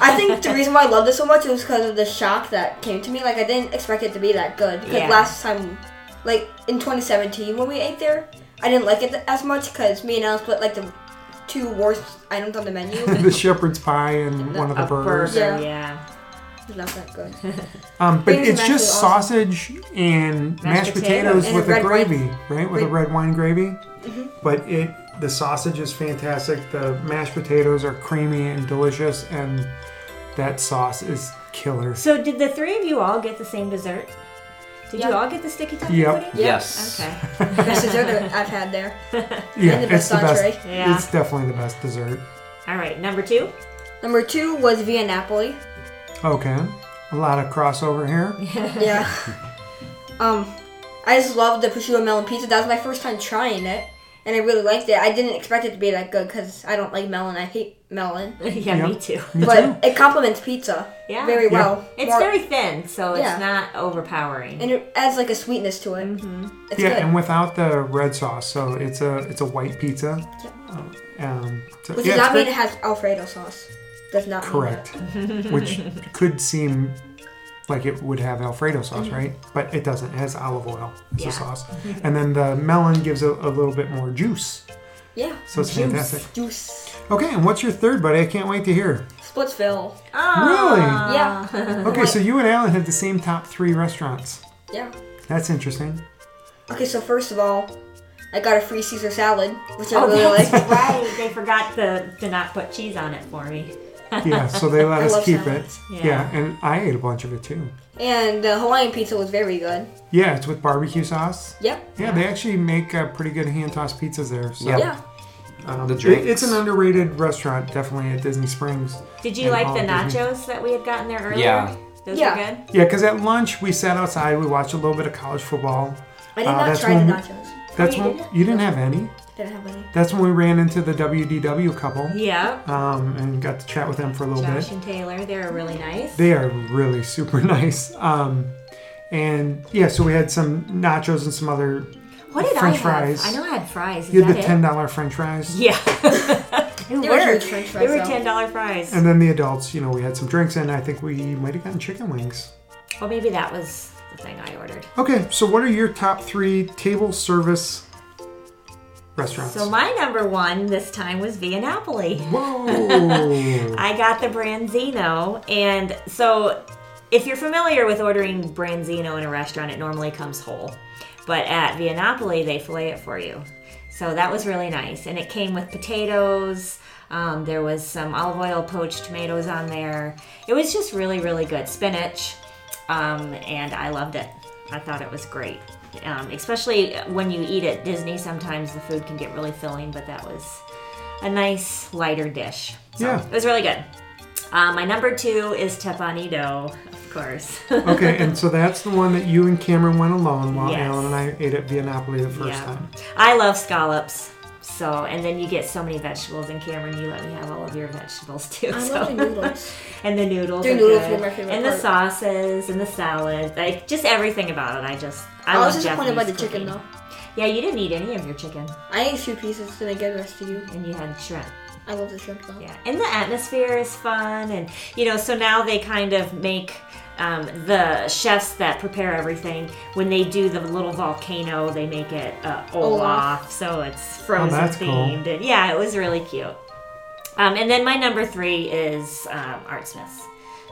D: I think the reason why I loved it so much was because of the shock that came to me. Like I didn't expect it to be that good. 'Cause
B: Yeah.
D: last time, like in 2017 when we ate there, I didn't like it th- as much because me and Alice put like the two worst items on the menu. it
A: the shepherd's pie and one of the
B: a
A: burgers.
B: burger,
D: Yeah.
B: yeah.
D: was not that good.
A: Um, but
D: Things are
A: it's just
D: actually
A: sausage and mashed, potatoes,
B: potatoes.
D: And
A: with
D: a
A: a
D: red wine-
A: gravy, right? With a red wine gravy. But it the sausage is fantastic. The mashed potatoes are creamy and delicious, and that sauce is killer.
B: So did the three of you all get the same dessert? Did you
D: Yeah.
B: all get the sticky toffee
A: Yep.
B: pudding?
C: Yes.
B: Okay.
D: Best dessert I've had there.
A: Yeah,
D: And the best
A: it's the best.
D: entree.
B: Yeah.
A: It's definitely the best dessert.
B: All right. Number two. (laughs)
D: Number two was Via Napoli.
A: Okay, a lot of crossover
D: (laughs)
A: here.
D: Yeah. um, I just loved the prosciutto melon pizza. That was my first time trying it, and I really liked it. I didn't expect it to be that good because I don't like melon. I hate melon,
B: yeah, me
A: (laughs)
B: too.
D: but it complements pizza
B: Yeah.
D: very
B: Yeah.
D: well.
B: It's
D: More-
B: very thin, so it's
D: Yeah.
B: not overpowering.
D: and it adds like a sweetness to it.
B: Mm-hmm.
D: It's
A: Yeah,
D: good.
A: and without the red sauce, so it's a it's a white pizza. Um, so,
D: Which
A: yeah,
D: does
A: it's
D: not mean
A: great.
D: it has Alfredo sauce. Does not mean
A: Correct.
D: (laughs)
A: Which could seem like it would have Alfredo sauce,
D: Mm-hmm.
A: right? But it doesn't. It has olive oil as
B: Yeah.
A: a
D: (laughs)
A: sauce. And then the melon gives a, a little bit more juice.
D: it. Yeah.
A: So it's fantastic.
D: Juice.
A: Okay, and what's your third, buddy? I can't wait to hear.
D: Splitsville.
B: Ah.
D: Yeah. (laughs)
A: Okay, so you and Alan had the same top three restaurants.
D: Yeah.
A: That's interesting.
D: Okay, so first of all, I got a free Caesar salad, which I
B: Oh,
D: really
B: that's (laughs)
D: liked.
B: right. They forgot to, to not put cheese on it for me.
A: Yeah,
B: (laughs)
A: so they let
D: I
A: us
D: love
A: keep
D: salads.
A: it.
B: Yeah.
A: yeah, and I ate a bunch of it too.
D: And the Hawaiian pizza was very good.
A: Yeah, it's with barbecue sauce.
D: Yep.
A: Yeah, they actually make uh, pretty good hand tossed pizzas there. So
C: Yeah.
D: Yeah.
A: um,
C: The
A: it-
C: drinks.
A: it's an underrated restaurant, definitely at Disney Springs.
B: Did you
A: And
B: like
A: all
B: the
A: of Disney.
B: nachos that we had gotten there earlier?
C: Yeah.
B: Those
D: Yeah.
B: were good.
A: Yeah, because at lunch we sat outside, we watched a little bit of college football.
D: I did
A: Uh,
D: not
A: that's
D: try
A: when
D: the
A: we-
D: nachos.
A: That's
B: Oh, you
A: when
B: didn't?
A: you didn't have any.
D: Didn't have any.
A: That's when we ran into the WDW couple
B: Yeah.
A: um, and got to chat with them for a little
B: Josh
A: bit.
B: and Taylor, they were really nice.
A: They are really (laughs) super nice. Um, and yeah, so we had some nachos and some other.
B: What did
A: French
B: I have?
A: fries.
B: I know I had fries. Is
A: You had
B: that
A: the
B: it?
A: ten dollar French fries,
B: Yeah. (laughs) they
D: They
B: were.
D: were huge french
B: They
D: fries.
B: were
D: though.
B: ten dollar fries.
A: and then the adults. You know, we had some drinks, and I think we might have gotten chicken wings.
B: Well, maybe that was the thing I ordered.
A: Okay, so what are your top three table service restaurants?
B: So my number one this time was Via Napoli.
A: Whoa!
B: I got the Branzino, and so if you're familiar with ordering Branzino in a restaurant, it normally comes whole, but at Via Napoli they fillet it for you. So that was really nice, and it came with potatoes. Um, there was some olive oil poached tomatoes on there. It was just really, really good spinach, um, and I loved it. I thought it was great, um, especially when you eat at Disney. Sometimes the food can get really filling, but that was a nice lighter dish. So
A: Yeah.
B: it was really good. Uh, my number two is tepanito, of course. (laughs)
A: okay, and so that's the one that you and Cameron went alone while
B: Yes.
A: Alan and I ate at Viennapoli the first time.
B: I love scallops. So, and then you get so many vegetables, and Cameron, you let me have all of your vegetables too.
D: I
B: so.
D: love the noodles.
B: (laughs) and the noodles,
D: The
B: are
D: noodles
B: good.
D: were my favorite
B: and the
D: part.
B: sauces, and the salad, like just everything about it. I just, I,
D: I
B: love
D: was disappointed by the
B: Japanese
D: chicken
B: cooking.
D: though.
B: Yeah, you didn't eat any of your chicken,
D: I ate a few pieces to make it rest of you.
B: and you had shrimp.
D: I love the shrimp though.
B: Yeah, and the atmosphere is fun, and you know, so now they kind of make um, the chefs that prepare everything when they do the little volcano, they make it uh, Olaf,
D: Olaf.
B: so it's frozen
A: Oh, that's cool.
B: themed, and yeah, it was really cute. Um, and then my number three is um, Art Smith's.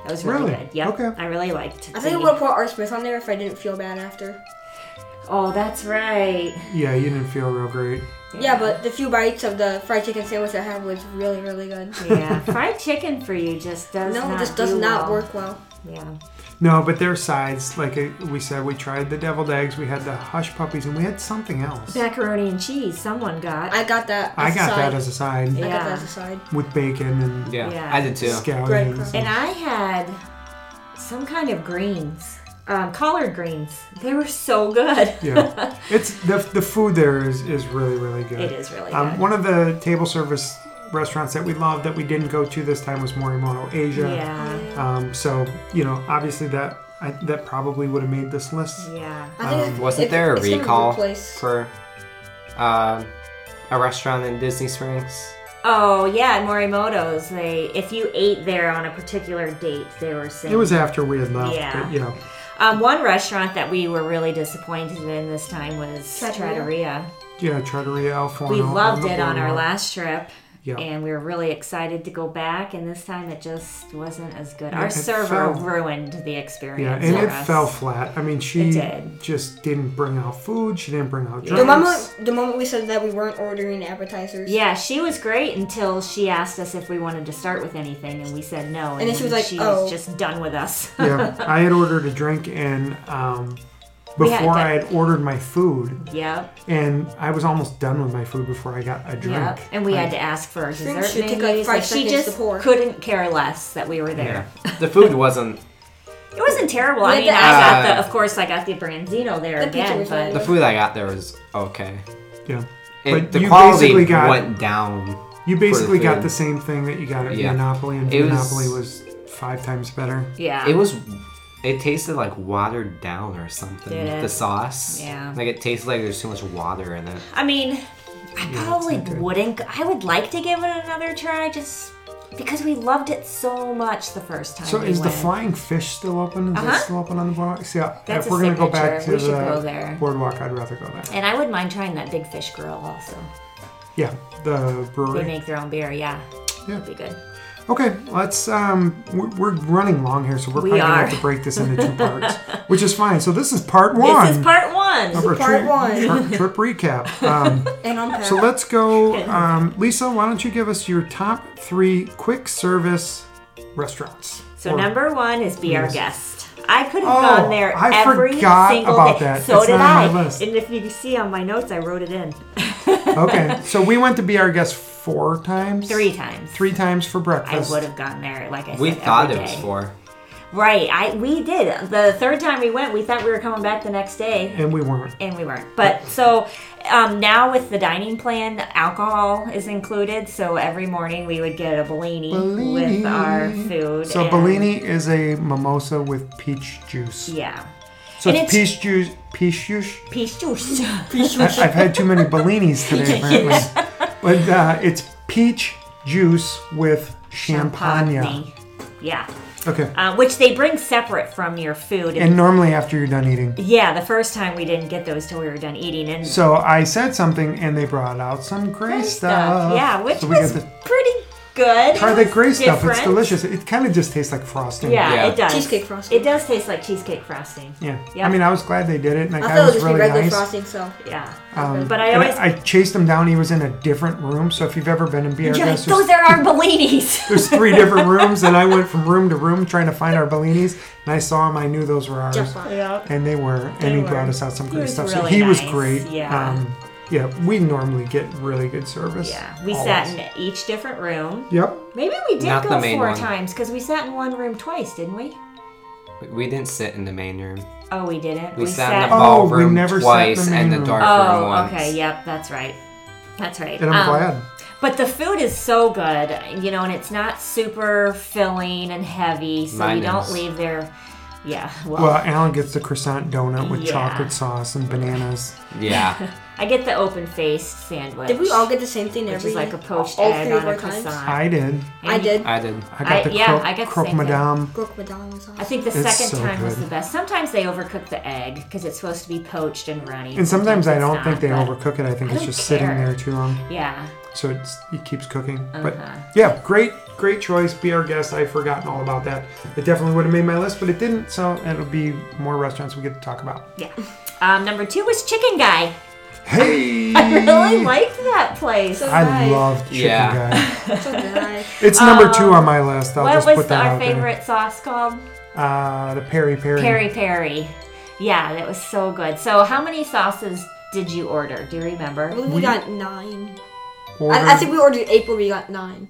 B: That was really,
A: Really?
B: good. Yep,
A: Okay.
B: I really liked.
D: I think I
B: the-
D: would have put Art Smith on there if I didn't feel bad after.
B: Oh, that's right.
A: Yeah, you didn't feel real great.
D: Yeah, but the few bites of the fried chicken sandwich I had was really, really good.
A: (laughs)
B: yeah, fried chicken for you just does
D: No,
B: not
D: this does
B: do
D: not
B: well.
D: work well.
B: Yeah.
A: No, but their sides, like I- we said, we tried the deviled eggs, we had the hush puppies, and we had something else.
B: Macaroni and cheese, someone got.
D: I got that.
A: I
D: as a
A: got
D: side.
A: that as a side
D: I got that
B: Yeah.
D: as a side.
A: with bacon and
C: Yeah,
B: Yeah.
C: I did too.
A: scallions.
D: Breadcrumbs.
B: And I had some kind of greens, um, collard greens. They were so good.
A: yeah, it's the, the food there is, is really really good.
B: (laughs) it is really
A: Um,
B: good.
A: one of the table service restaurants that we loved that we didn't go to this time was Morimoto Asia.
B: yeah.
A: Um, so you know, obviously that I, that probably would have made this list.
B: Yeah.
D: I
A: um,
D: think it's-
C: Wasn't
D: it-
C: there a
D: it's gonna be
C: recall
D: replaced.
C: for uh, a restaurant in Disney Springs?
B: Oh yeah, at Morimoto's. They, if you ate there on a particular date, they were saying
A: It was after we had left,
B: Yeah.
A: but yeah,
B: Um, one restaurant that we were really disappointed in this time was
D: Trattoria.
B: Trattoria.
A: yeah, Trattoria El Forno.
B: We loved
A: the
B: it on our
A: Borgo.
B: last trip.
A: Yeah.
B: And we were really excited to go back, and this time it just wasn't as good.
A: Yeah,
B: Our
A: it
B: server
A: fell.
B: ruined the experience.
A: Yeah, and
B: for
A: it
B: us.
A: fell flat. I mean, she
B: It did.
A: just didn't bring out food. She didn't bring out
B: Yeah.
A: drinks.
D: The moment, the moment we said that we weren't ordering appetizers.
B: Yeah, she was great until she asked us if we wanted to start with anything, and we said no. And,
D: then she was like, "Oh."
B: just done with us." (laughs)
A: yeah, I had ordered a drink, and um,
B: We had
A: before
B: to-
A: I had ordered my food,
B: yep,
A: and I was almost done with my food before I got a drink.
B: yep. And we had to ask for our dessert.
D: Drinks should take, like,
B: menus,
D: five
B: she
D: seconds
B: just
D: to pour.
B: couldn't care less that we were there. (laughs)
C: The food wasn't.
B: It wasn't terrible.
D: We
B: I
D: had
B: mean,
D: to
B: I
C: ask-
B: got the,
C: Uh,
B: of course, I got the branzino there
D: The pizza
B: again,
D: was
B: but
D: really
C: The food I got there was okay.
A: Yeah.
C: It,
A: But
C: the
A: you basically
C: quality
A: got-
C: went down.
A: You basically got
C: food.
A: the same thing that you got at
C: Yeah.
A: Monopoly, and
C: It was-
A: Monopoly was... five times better.
B: yeah,
C: It was. It tasted like watered down or something.
B: Did it?
C: The sauce.
B: Yeah.
C: Like it tasted like there's too much water in it.
B: I mean, I probably wouldn't. I would like to give it another try, just because we loved it so much the first time.
A: So
B: we
A: is the
B: went.
A: flying fish still open? Is
B: Uh-huh.
A: that still open on the boardwalk? See, I-
B: That's
A: if
B: a
A: we're gonna go back to
B: signature. We
A: the
B: should go there.
A: boardwalk, I'd rather go there.
B: And I wouldn't mind trying that big fish grill also.
A: Yeah, the
B: They
A: brewery.
B: make their own beer, yeah.
A: Yeah.
B: That'd be good.
A: Okay, let's. Um, we're, we're running long here, so we're
B: We
A: probably gonna have
B: are.
A: to break this into
B: (laughs)
A: two parts, which is fine. So this is part one.
B: This is part one.
A: of our
D: Part
A: trip, Trip, trip recap. Um,
D: And unpack.
B: Uh,
A: so let's
B: (laughs)
A: go. Um, Lisa, why don't you give us your top three quick service restaurants?
B: So
A: Or-
B: number one is be our guest. I could have
A: Oh,
B: gone there
A: I
B: every
A: forgot
B: single
A: about
B: day.
A: that.
B: So
A: It's
B: did
A: not
B: I.
A: on my list.
B: And if you see on my notes, I wrote it in (laughs)
A: Okay, so we went to be our guest four times.
B: three times.
A: Three times for
B: I
A: breakfast.
B: would have gone there, like I
C: We
B: said,
C: thought
B: every
C: it was
B: day.
C: for.
B: Right, I we did. The third time we went, we thought we were coming back the next day,
A: and we weren't.
B: and we weren't. But so um, now with the dining plan, alcohol is included. So every morning we would get a Bellini,
A: Bellini.
B: with our food.
A: So
B: and-
A: Bellini is a mimosa with peach juice.
B: Yeah.
A: So
B: and
A: it's,
B: it's-
A: peach juice. Peach
B: (laughs)
A: juice.
B: Peach juice.
D: (laughs)
A: I, I've had too many
B: (laughs)
A: Bellinis today, apparently. But uh, it's peach juice with champagne.
B: Yeah.
A: Okay.
B: Uh, which they bring separate from your food.
A: And normally after you're done eating.
B: yeah, the first time we didn't get those till we were done eating. And
A: So I said something, and they brought out some gray, stuff.
B: Yeah, which
A: so we
B: was
A: got to
B: pretty good. It
A: try the
B: was
A: gray stuff. It's
B: different.
A: delicious. It kind of just tastes like frosting.
B: Yeah,
C: Yeah.
B: it does.
D: Cheesecake frosting.
B: It does taste like cheesecake frosting.
A: Yeah.
B: Yeah.
A: I mean, I was glad they did it, and that
D: I
A: guy
D: thought it would
A: was
D: just be
A: really
D: regular
A: nice.
D: frosting, so
B: Yeah.
A: Um,
B: But I
A: and
B: always- (laughs)
A: I chased him down. He was in a different room. So if you've ever been in BR
B: You're like,
A: Guest, there's
B: those are our Bellinis.
A: (laughs) There's three different rooms, and I went from room to room trying to find our Bellinis, and I saw them. I knew those were ours,
D: Jeff Fox.
B: yeah.
A: and they were. and he
B: were.
A: brought us out some great
B: was
A: stuff. so
B: really
A: he was
B: nice,
A: great.
B: yeah.
A: Um, yeah. We normally get really good service.
B: (laughs) Yeah. We
A: always.
B: sat in each different room.
A: Yep.
B: Maybe we did
C: Not the
B: go
C: main
B: four
C: one.
B: times because we sat in one room twice, didn't we?
C: We didn't sit in the main room.
B: Oh, we didn't.
C: We, sat, in the
A: Oh, we
C: ballroom
A: never sat in the
C: twice
A: main
C: and the
A: room.
C: dark room
B: Oh,
C: once.
B: okay. Yep, that's right. That's right.
A: And I'm
B: Um,
A: glad.
B: But the food is so good, you know, and it's not super filling and heavy, so
C: Mine
B: you don't
C: is.
B: leave there. Yeah. Well,
A: Well, Alan gets the croissant donut with
B: Yeah.
A: chocolate sauce and bananas.
B: (laughs)
C: Yeah.
B: I get the open faced sandwich.
D: Did we all get the same thing
B: which
D: every?
B: is like a poached
D: all
B: egg
D: three of
B: on a
D: our times?
B: croissant.
A: I did.
D: I did.
C: I did.
A: I got
B: I-
A: the
B: yeah,
A: croque,
B: I got the
A: croque
B: same thing.
A: madame.
D: Brooke Madonna sauce.
B: I think the
A: It's
B: second
A: so
B: time was
A: good.
B: the best. Sometimes they overcook the egg because it's supposed to be poached and runny.
A: And sometimes I
B: it's
A: don't
B: not,
A: think they
B: but-
A: overcook it. I think
B: I
A: it's
B: don't
A: just sitting
B: care.
A: there too long.
B: Yeah.
A: so it's, it keeps cooking.
B: Uh-huh.
A: But yeah, great, great choice. Be our guest. I've forgotten all about that. It definitely would have made my list, but it didn't. So it'll be more restaurants we get to talk about.
B: Yeah. Um, number two was Chicken Guy.
A: Hey, (laughs)
B: I (laughs) really liked that place.
D: So
A: I
D: nice.
A: love chicken
C: Yeah.
A: guy.
D: So did I.
A: It's number two on my list. I'll
B: what
A: just
B: was
A: put
B: the-
A: that
B: our
A: out
B: favorite sauce called?
A: there. Uh, the peri peri.
B: Peri Peri. Yeah, that was so good. So, how many sauces did you order? Do you remember?
D: We, we got nine.
A: Order.
D: I, I think we ordered eight, but we got nine.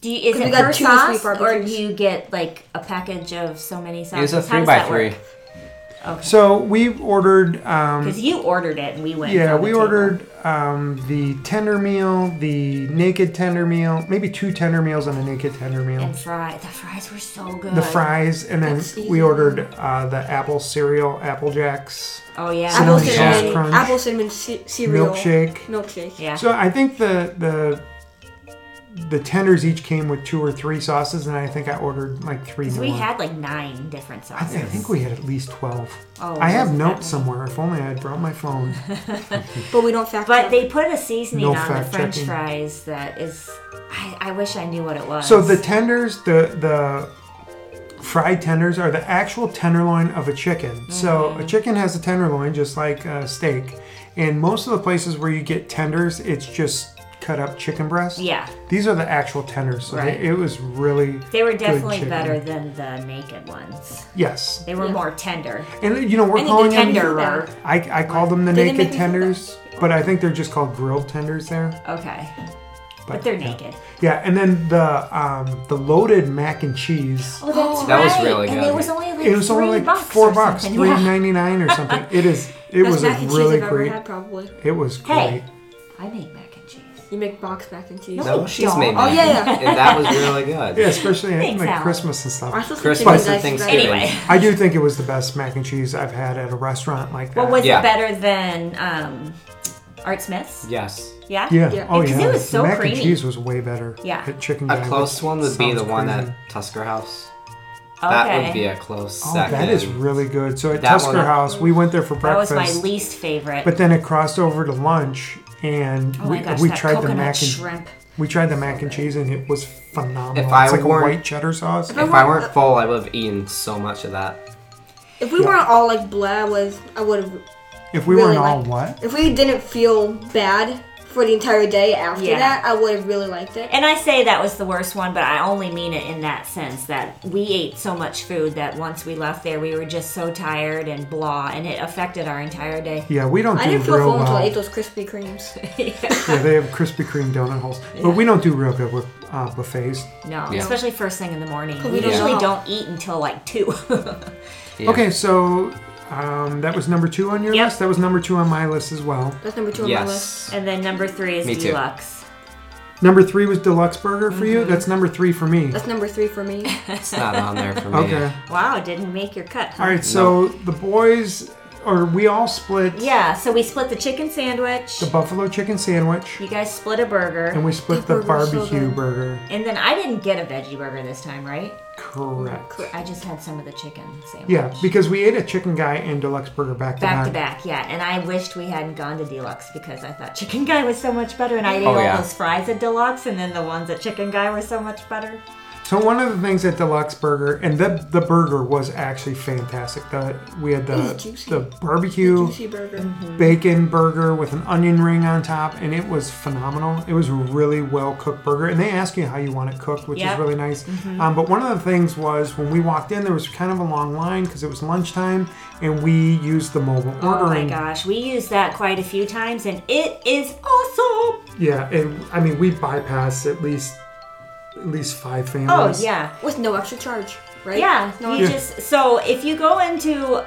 B: Do you, is
D: we
B: it
D: got
B: per
D: two sweet
B: sauce, or do
D: barbecues.
B: you get like a package of so many sauces?
C: It was a
B: How
C: three
B: does
C: by
B: that
C: three.
B: work?
A: so we ordered. Um,
B: Because you ordered it and we went.
A: yeah,
B: on the
A: we
B: table.
A: ordered um, the tender meal, the naked tender meal, maybe two tender meals and a naked tender meal.
B: And fries. The fries were so good.
A: the fries, and then
D: That's easy.
A: we ordered uh, the apple cereal, apple jacks,
B: Oh yeah.
A: Cinnamon
D: Apple
A: Toast
D: cinnamon,
A: Crunch.
D: apple cinnamon ce- cereal,
A: milkshake.
D: milkshake.
B: Yeah.
A: So I think the the the tenders each came with two or three sauces, and I think I ordered like three.
B: So
A: More.
B: we had like nine different
A: I,
B: sauces.
A: th- I think we had at least twelve.
B: Oh,
A: I have
B: wasn't that
A: notes
B: many.
A: somewhere. If only I had brought my phone.
D: But we don't factor.
B: But they put a seasoning
A: No
B: on the
A: fact
B: French
A: checking.
B: fries that is. I, I wish I knew what it was.
A: So the tenders, the the fried tenders are the actual tenderloin of a chicken. So a chicken has a tenderloin just like a steak. And most of the places where you get tenders, it's just cut up chicken breast.
B: yeah,
A: These are the actual tenders. So they-
B: Right.
A: it was really
B: they were
A: good
B: definitely
A: chicken.
B: better than the naked ones.
A: Yes.
B: They were more tender.
A: And you know, we're
D: I think
A: calling
D: the
A: them
B: tenderer.
A: I, I call them the
D: Did they
A: naked
D: make me feel
A: tenders, but I think they're just called grilled tenders there.
B: Okay, but they're
A: yeah.
B: naked.
A: Yeah, and then the um, the loaded mac and cheese.
B: Oh, that's
C: That was
B: right.
C: really
B: And
C: good.
B: it was only like
A: It was
B: three
A: only like
B: bucks
A: four
B: or
A: bucks,
B: something.
A: three
B: Yeah.
A: ninety nine or something. It is. It
D: Best
A: was a
D: mac and cheese
A: really
D: I've ever
A: great.
D: had, probably.
A: It was
B: Hey.
A: great.
B: I make mac and cheese.
D: You make box mac and cheese.
C: No,
B: Oh,
C: she's made
B: dog.
D: Oh, yeah,
C: mac and-
D: yeah.
C: And that was really
A: (laughs)
C: good.
A: Yeah, especially at
B: Thanks,
A: like
B: Alan.
A: Christmas and stuff.
D: I still think
C: Christmas
D: chicken
C: and
D: guys is better.
C: Thanksgiving.
B: Anyway.
A: I do think it was the best mac and cheese I've had at a restaurant like that.
B: Well, was
C: Yeah.
B: it better than um, Art Smith's?
C: Yes.
B: Yeah.
A: yeah.
D: Yeah.
A: Oh,
B: 'Cause it
A: yeah.
B: was so
A: mac
B: creamy.
A: and cheese was way better.
B: Yeah.
A: At Chicken
C: A
A: Guy,
C: close
A: which
C: one would be
A: sounds
C: the one
A: crazy.
C: at Tusker House.
B: Okay.
C: That would be a close
A: Oh,
C: second.
A: that is really good. So at
C: That
A: Tusker
C: one-
A: House, we went there for
B: that was
A: breakfast,
B: my least favorite.
A: but then it crossed over to lunch, and
B: oh
A: we,
B: my gosh,
A: we
B: that
A: tried the
B: coconut
A: mac and
B: shrimp.
A: we tried the mac and cheese, and it was phenomenal.
C: If I
A: it's like a
C: weren't-
A: white cheddar sauce.
B: Oh,
C: If I weren't full, I would have eaten so much of that.
D: If we weren't all like blah, I was I would have.
A: If we
D: really
A: weren't all
D: liked-
A: what?
D: If we didn't feel bad for the entire day after
B: Yeah.
D: that, I would have really liked it.
B: And I say that was the worst one, but I only mean it in that sense that we ate so much food that once we left there, we were just so tired and blah, and it affected our entire day. (laughs)
A: Yeah, we don't
D: I
A: do
D: didn't feel
A: real
D: full
A: well.
D: until I ate those Krispy Kremes.
A: (laughs) yeah, they have Krispy Kreme donut holes, but we don't do real good with uh, buffets.
B: No,
C: Yeah.
B: especially first thing in the morning.
D: we
B: We
D: don't
B: usually
D: know.
B: don't eat until like two. (laughs)
C: Yeah.
A: Okay, so um, that was number two on your
B: Yep.
A: list. That was number two on my list as well.
D: That's number two on my list.
C: Yes.
B: and then number three is
C: Me too.
B: deluxe.
A: Number three was deluxe burger for you. That's number three for me.
D: Mm-hmm. That's number three for me.
C: It's not on there
A: (laughs)
C: for me.
A: Okay.
B: Wow, didn't make your cut. huh?
A: All right, so the boys, or we all split
B: Yeah, so we split the chicken sandwich.
A: the buffalo chicken sandwich,
B: You guys split a burger.
A: and we split the
D: That burger's so
A: barbecue
D: good.
A: burger.
B: And then I didn't get a veggie burger this time, right?
A: Correct.
B: I just had some of the chicken sandwich.
A: Yeah, because we ate a chicken guy and deluxe burger back to
B: Back to back, yeah. And I wished we hadn't gone to Deluxe because I thought Chicken Guy was so much better, and I ate
C: Oh,
B: all
C: yeah.
B: those fries at Deluxe, and then the ones at Chicken Guy were so much better.
A: So one of the things at Deluxe Burger, and the the burger was actually fantastic. The we had the
D: It's juicy.
A: the
D: E.
A: barbecue
D: Juicy burger.
A: Mm-hmm. bacon burger with an onion ring on top, and it was phenomenal. It was a really well cooked burger, and they ask you how you want it cooked, which
B: Yep. Mm-hmm.
A: is really nice. Um, but one of the things was when we walked in, there was kind of a long line because it was lunchtime, and we used the mobile
B: Oh my
A: ordering.
B: gosh, we used that quite a few times, and it is awesome. Oh,
A: Yeah, and I mean we bypassed at least at least five
B: Oh
A: families.
B: yeah,
D: With no extra charge, right?
B: yeah.
D: No
B: You
A: Yeah.
B: just so if you go into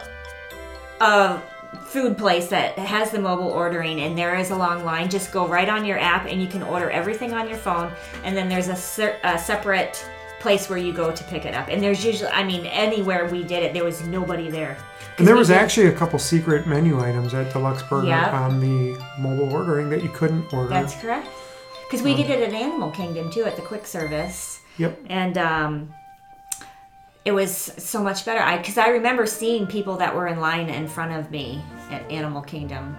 B: a food place that has the mobile ordering and there is a long line, just go right on your app and you can order everything on your phone. And then there's a, cer- a separate place where you go to pick it up. And there's usually, I mean, anywhere we did it, there was nobody there. 'Cause
A: And there
B: we
A: was
B: did-
A: actually a couple secret menu items at Deluxe Burger
B: Yeah.
A: on the mobile ordering that you couldn't order.
B: That's correct. Because
A: Oh.
B: we did it at Animal Kingdom too at the quick service.
A: yep.
B: and um, it was so much better. I because I remember seeing people that were in line in front of me at Animal Kingdom.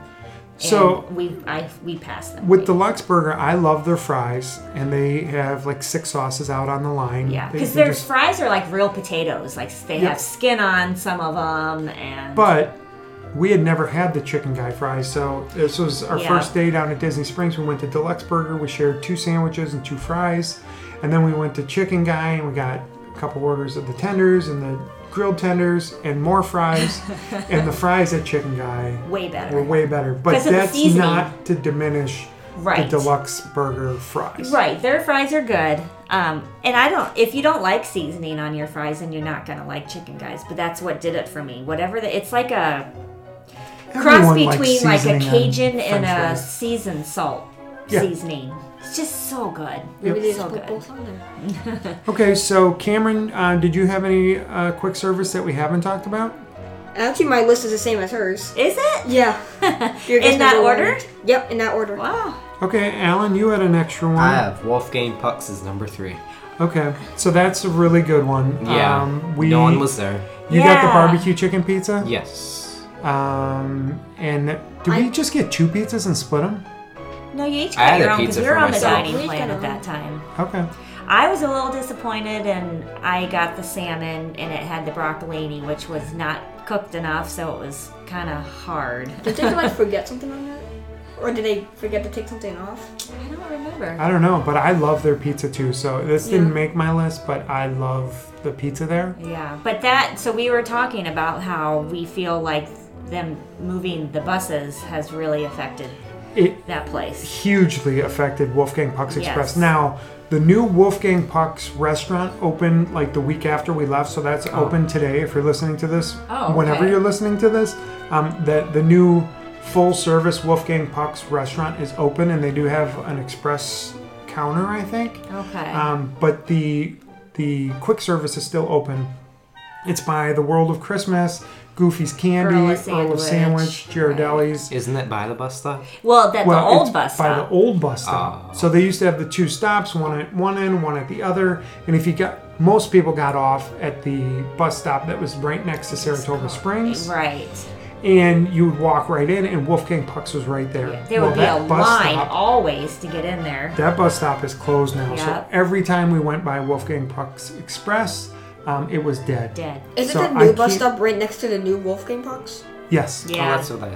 B: And
A: So-
B: we I we passed them
A: With Deluxe Burger, I love their fries, and they have like six sauces out on the line.
B: yeah
A: They-
B: because
A: they
B: their
A: just-
B: fries are like real potatoes. Like they
A: Yeah.
B: have skin on some of them and
A: But we had never had the chicken guy fries, so this was our
B: Yeah.
A: first day down at Disney Springs. We went to Deluxe Burger, we shared two sandwiches and two fries, and then we went to Chicken Guy and we got a couple orders of the tenders and the grilled tenders and more
B: (laughs)
A: fries, and the fries at Chicken Guy
B: way
A: were
B: better.
A: way better. But
B: Because of the
A: that's
B: seasoning.
A: not to diminish
B: Right.
A: the Deluxe Burger fries.
B: Right, their fries are good. Um, and I don't, if you don't like seasoning on your fries, then you're not going to like Chicken Guys, but that's what did it for me. Whatever the, it's like a, cross
A: Everyone likes
B: between like a
A: seasoning on
B: Cajun and
A: french
B: a
A: fries.
B: seasoned salt
A: Yeah.
B: seasoning. It's just so good.
D: Maybe they
B: So
D: just put
B: good.
D: both on there.
A: Okay, so Cameron, uh, did you have any uh, quick service that we haven't talked about?
D: Actually, my list is the same as
B: (laughs)
D: hers.
B: Is it?
D: Yeah.
B: (laughs)
D: You're
B: In
D: guessing
B: that
D: the one.
B: order?
D: Yep, in that order.
B: Wow.
A: Okay, Alan, you had an extra one.
C: I have Wolfgang Pucks is number three.
A: Okay, so that's a really good one.
C: Yeah,
A: um, we.
C: no one was there.
A: You got the
B: Yeah.
A: barbecue chicken pizza.
C: Yes,
A: Um, and did we just get two pizzas and split them?
B: No, you each
C: I
B: got
C: had
B: your
C: a
B: own because
C: pizza
B: we were
C: for
B: on the
C: myself.
B: dining
D: We
B: plan
D: got
B: at that time.
A: Okay.
B: I was a little disappointed, and I got the salmon, and it had the broccolini, which was not cooked enough, so it was kind of hard.
D: Did they
B: (laughs)
D: like forget something on that? Or did they forget to take something off?
B: I don't remember.
A: I don't know, but I love their pizza too. So this didn't
D: Yeah.
A: make my list, but I love the pizza there.
B: Yeah, but that. So we were talking about how we feel like them moving the buses has really affected
A: It
B: that place.
A: hugely affected Wolfgang Puck's Express.
B: Yes.
A: Now, the new Wolfgang Puck's restaurant opened like the week after we left, so that's open today. If you're listening to this,
B: Oh,
A: whenever
B: okay.
A: you're listening to this, um, the the new full service Wolfgang Puck's restaurant is open, and they do have an express counter, I think.
B: Okay.
A: Um, but the the quick service is still open. It's by the World of Christmas, Goofy's Candy,
B: Earl
A: Earl
B: of
A: of Sandwich,
B: Sandwich,
A: Girardelli's.
C: isn't it by the bus Oh, stop?
B: Well, that
A: Well,
B: the old
A: it's
B: bus
A: by
B: stop. Ah.
A: the old bus stop. So they used to have the two stops, one at one end, one at the other. And if you got, most people got off at the bus stop that was right next to Saratoga Springs,
B: right.
A: and you would walk right in, and Wolfgang Puck's was right there.
B: There
A: Well,
B: would be a
A: that bus
B: line
A: stop-
B: always to get in there.
A: that bus stop is closed now. So
B: Yep.
A: every time we went by Wolfgang Puck's Express, um, it was dead.
B: Dead.
D: Is
A: So
D: it the
A: I
D: new bus
A: keep-
D: stop right next to the new Wolfgang Pucks?
A: Yes.
C: Oh,
B: Yeah.
C: that's what I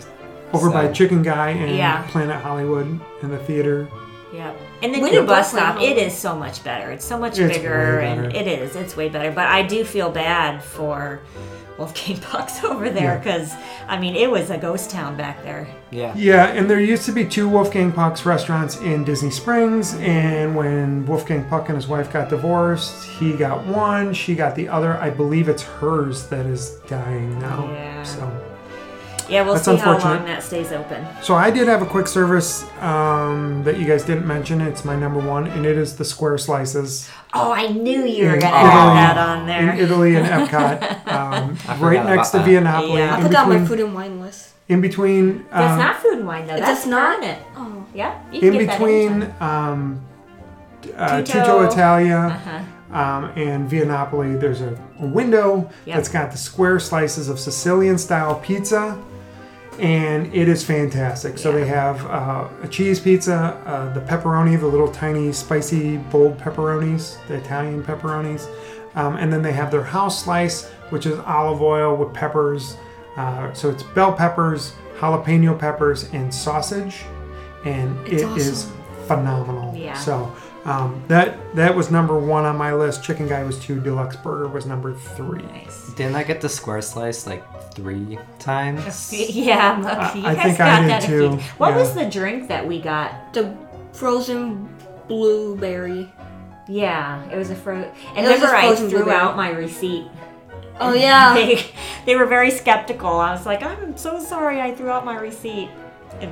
A: Over by
C: said.
A: Chicken Guy and
B: Yeah.
A: Planet Hollywood and the theater.
B: Yep. And the
D: We
B: new
D: did
B: bus
D: both
B: stop,
D: went
B: it is so much better. It's so much
A: It's
B: bigger,
A: way
B: and
A: better.
B: it is. It's way better. But I do feel bad for Wolfgang (laughs) Pucks over there because, I mean, it was a ghost town back there.
C: Yeah.
A: Yeah, and there used to be two Wolfgang Puck's restaurants in Disney Springs, and when Wolfgang Puck and his wife got divorced, he got one, she got the other. I believe it's hers that is dying now.
B: Yeah.
A: So,
B: Yeah, we'll
A: That's
B: see how long
A: unfortunate.
B: that stays open.
A: so I did have a quick service um, that you guys didn't mention. It's my number one, and it is the square slices
B: Oh, I knew you were
A: In
B: going to
A: Italy.
B: have that on
A: in
B: there.
A: Italy
B: (laughs)
A: and Epcot, um, right
C: forgot
A: next to
C: about that.
A: Viennapoli.
B: Yeah.
D: I
A: In
D: put that on my
A: between-
D: food and wine list.
A: In between,
B: That's
A: um,
B: not food and wine, though.
D: That's
B: That's
D: not?
B: permanent.
D: Oh.
B: Yeah. You can
A: in
B: get that anytime.
A: between um, uh,
B: Tutto.
A: Tutto Italia um, and Viennapoli, there's a, a window
B: Uh-huh. Yep.
A: that's got the square slices of Sicilian style pizza, and it is fantastic. So they have uh, a cheese pizza, uh, the pepperoni, the little tiny spicy bold pepperonis, the Italian pepperonis, um, and then they have their house slice, which is olive oil with peppers. Uh, so it's bell peppers, jalapeno peppers, and sausage and it's phenomenal.
B: Yeah.
A: So um, that that was number one on my list. Chicken Guy was two. Deluxe Burger was number three.
C: Didn't I get the square slice like three
B: (laughs)
C: times?
B: Yeah, look, you
A: I
B: guys
A: think I
B: got
A: did
B: that a
A: too,
B: few. What
A: yeah.
B: was the drink that we got?
D: The frozen blueberry.
B: Yeah, it was a fruit. And
D: It was
B: remember,
D: just
B: I
D: frozen
B: threw
D: blueberry.
B: out my (laughs) receipt.
D: Oh yeah.
B: They, they were very skeptical. I was like, I'm so sorry, I threw out my receipt.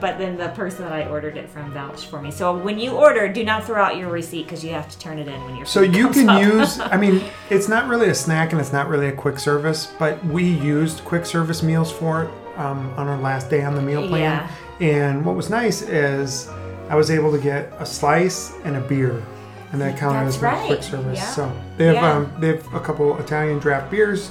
B: But then the person that I ordered it from vouched for me. So when you order, do not throw out your receipt because you have to turn it in when you're.
A: So you can use, I
B: (laughs)
A: mean, it's not really a snack and it's not really a quick service, but we used quick service meals for it um, on our last day on the meal plan. And what was nice is I was able to get a slice and a beer, and that counted
B: That's
A: as my quick
B: right,
A: service.
B: yeah.
A: So they have
B: Yeah.
A: um, they have a couple Italian draft beers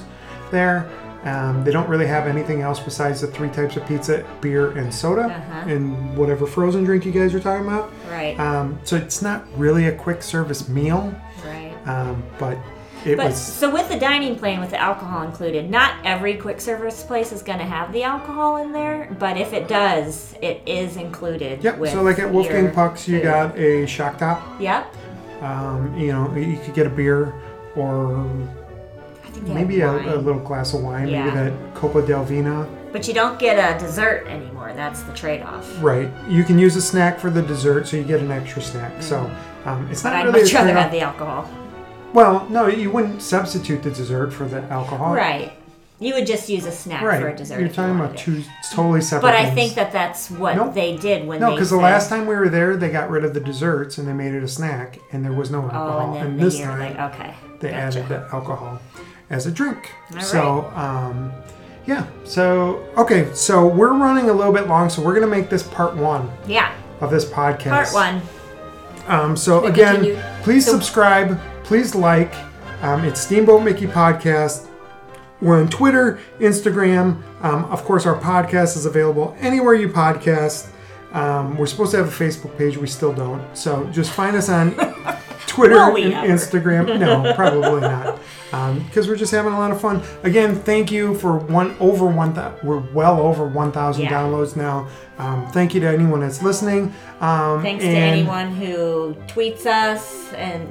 A: there. Um, they don't really have anything else besides the three types of pizza, beer, and soda,
B: Uh-huh.
A: and whatever frozen drink you guys are talking about.
B: Right.
A: Um, so it's not really a quick service meal,
B: right.
A: um, but it
B: But
A: was
B: so with the dining plan with the alcohol included, not every quick service place is going to have the alcohol in there, but if it does, it is included.
A: yep.
B: With
A: So like at Wolfgang
B: your
A: Puck's, you
B: food.
A: got a shock top.
B: Yep.
A: Um, you know, you could get a beer or
B: I think they
A: maybe
B: have
A: a, a
B: wine.
A: little glass of wine.
B: Yeah.
A: Maybe that Copa del Vino.
B: But you don't get a dessert anymore. That's the trade-off.
A: Right. You can use a snack for the dessert, so you get an extra snack. So um, it's
B: Mm-hmm. But
A: not
B: I'd
A: really.
B: much
A: a
B: rather
A: trade-off.
B: have the alcohol.
A: well, no, you wouldn't substitute the dessert for the alcohol.
B: Right. You would just use a snack
A: Right.
B: for a dessert.
A: You're
B: if you
A: talking about
B: wanted
A: two
B: it.
A: totally separate.
B: But I
A: things.
B: think that that's what
A: Nope.
B: they did when
A: No,
B: they
A: because the
B: said-
A: last time we were there, they got rid of the desserts and they made it a snack, and there was no alcohol.
B: Oh, and then the
A: this
B: year,
A: time,
B: like okay,
A: they
B: gotcha.
A: added the alcohol as a drink.
B: All
A: so, um, yeah. So, okay. So we're running a little bit long, so we're gonna make this part one
B: Yeah,
A: of this podcast.
B: part one.
A: Um, so again,
D: continue.
A: please subscribe. Please like. Um, it's Steamboat Mickey Podcast. We're on Twitter, Instagram. Um, of course, our podcast is available anywhere you podcast. Um, we're supposed to have a Facebook page. We still don't. So just find us
B: (laughs)
A: on Twitter
B: Will we
A: and
B: ever?
A: Instagram.
B: (laughs)
A: No, probably not. Because we're just having a lot of fun. Again, thank you for one over one. thou- we're well over one thousand
B: Yeah.
A: downloads now. Um, thank you to anyone that's listening. Um,
B: Thanks
A: and-
B: to anyone who tweets us and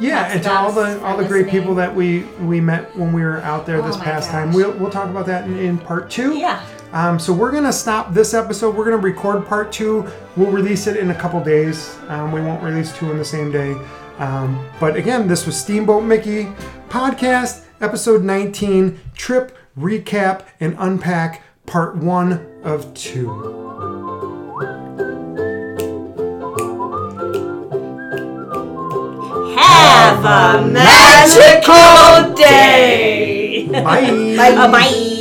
A: yeah,
B: That's
A: and to
B: about
A: all
B: us
A: the all the great
B: listening.
A: people that we we met when we were out there
B: Oh
A: this
B: my
A: past
B: gosh.
A: time. We'll we'll talk about that in, in part two.
B: yeah,
A: Um, so we're gonna stop this episode. We're gonna record part two. We'll release it in a couple days. Um, we won't release two in the same day. Um, but again, this was Steamboat Mickey podcast episode 19 trip recap and unpack part one of two.
B: (laughs) have a
D: Magical day.
B: day.
A: Bye.
B: Uh, bye.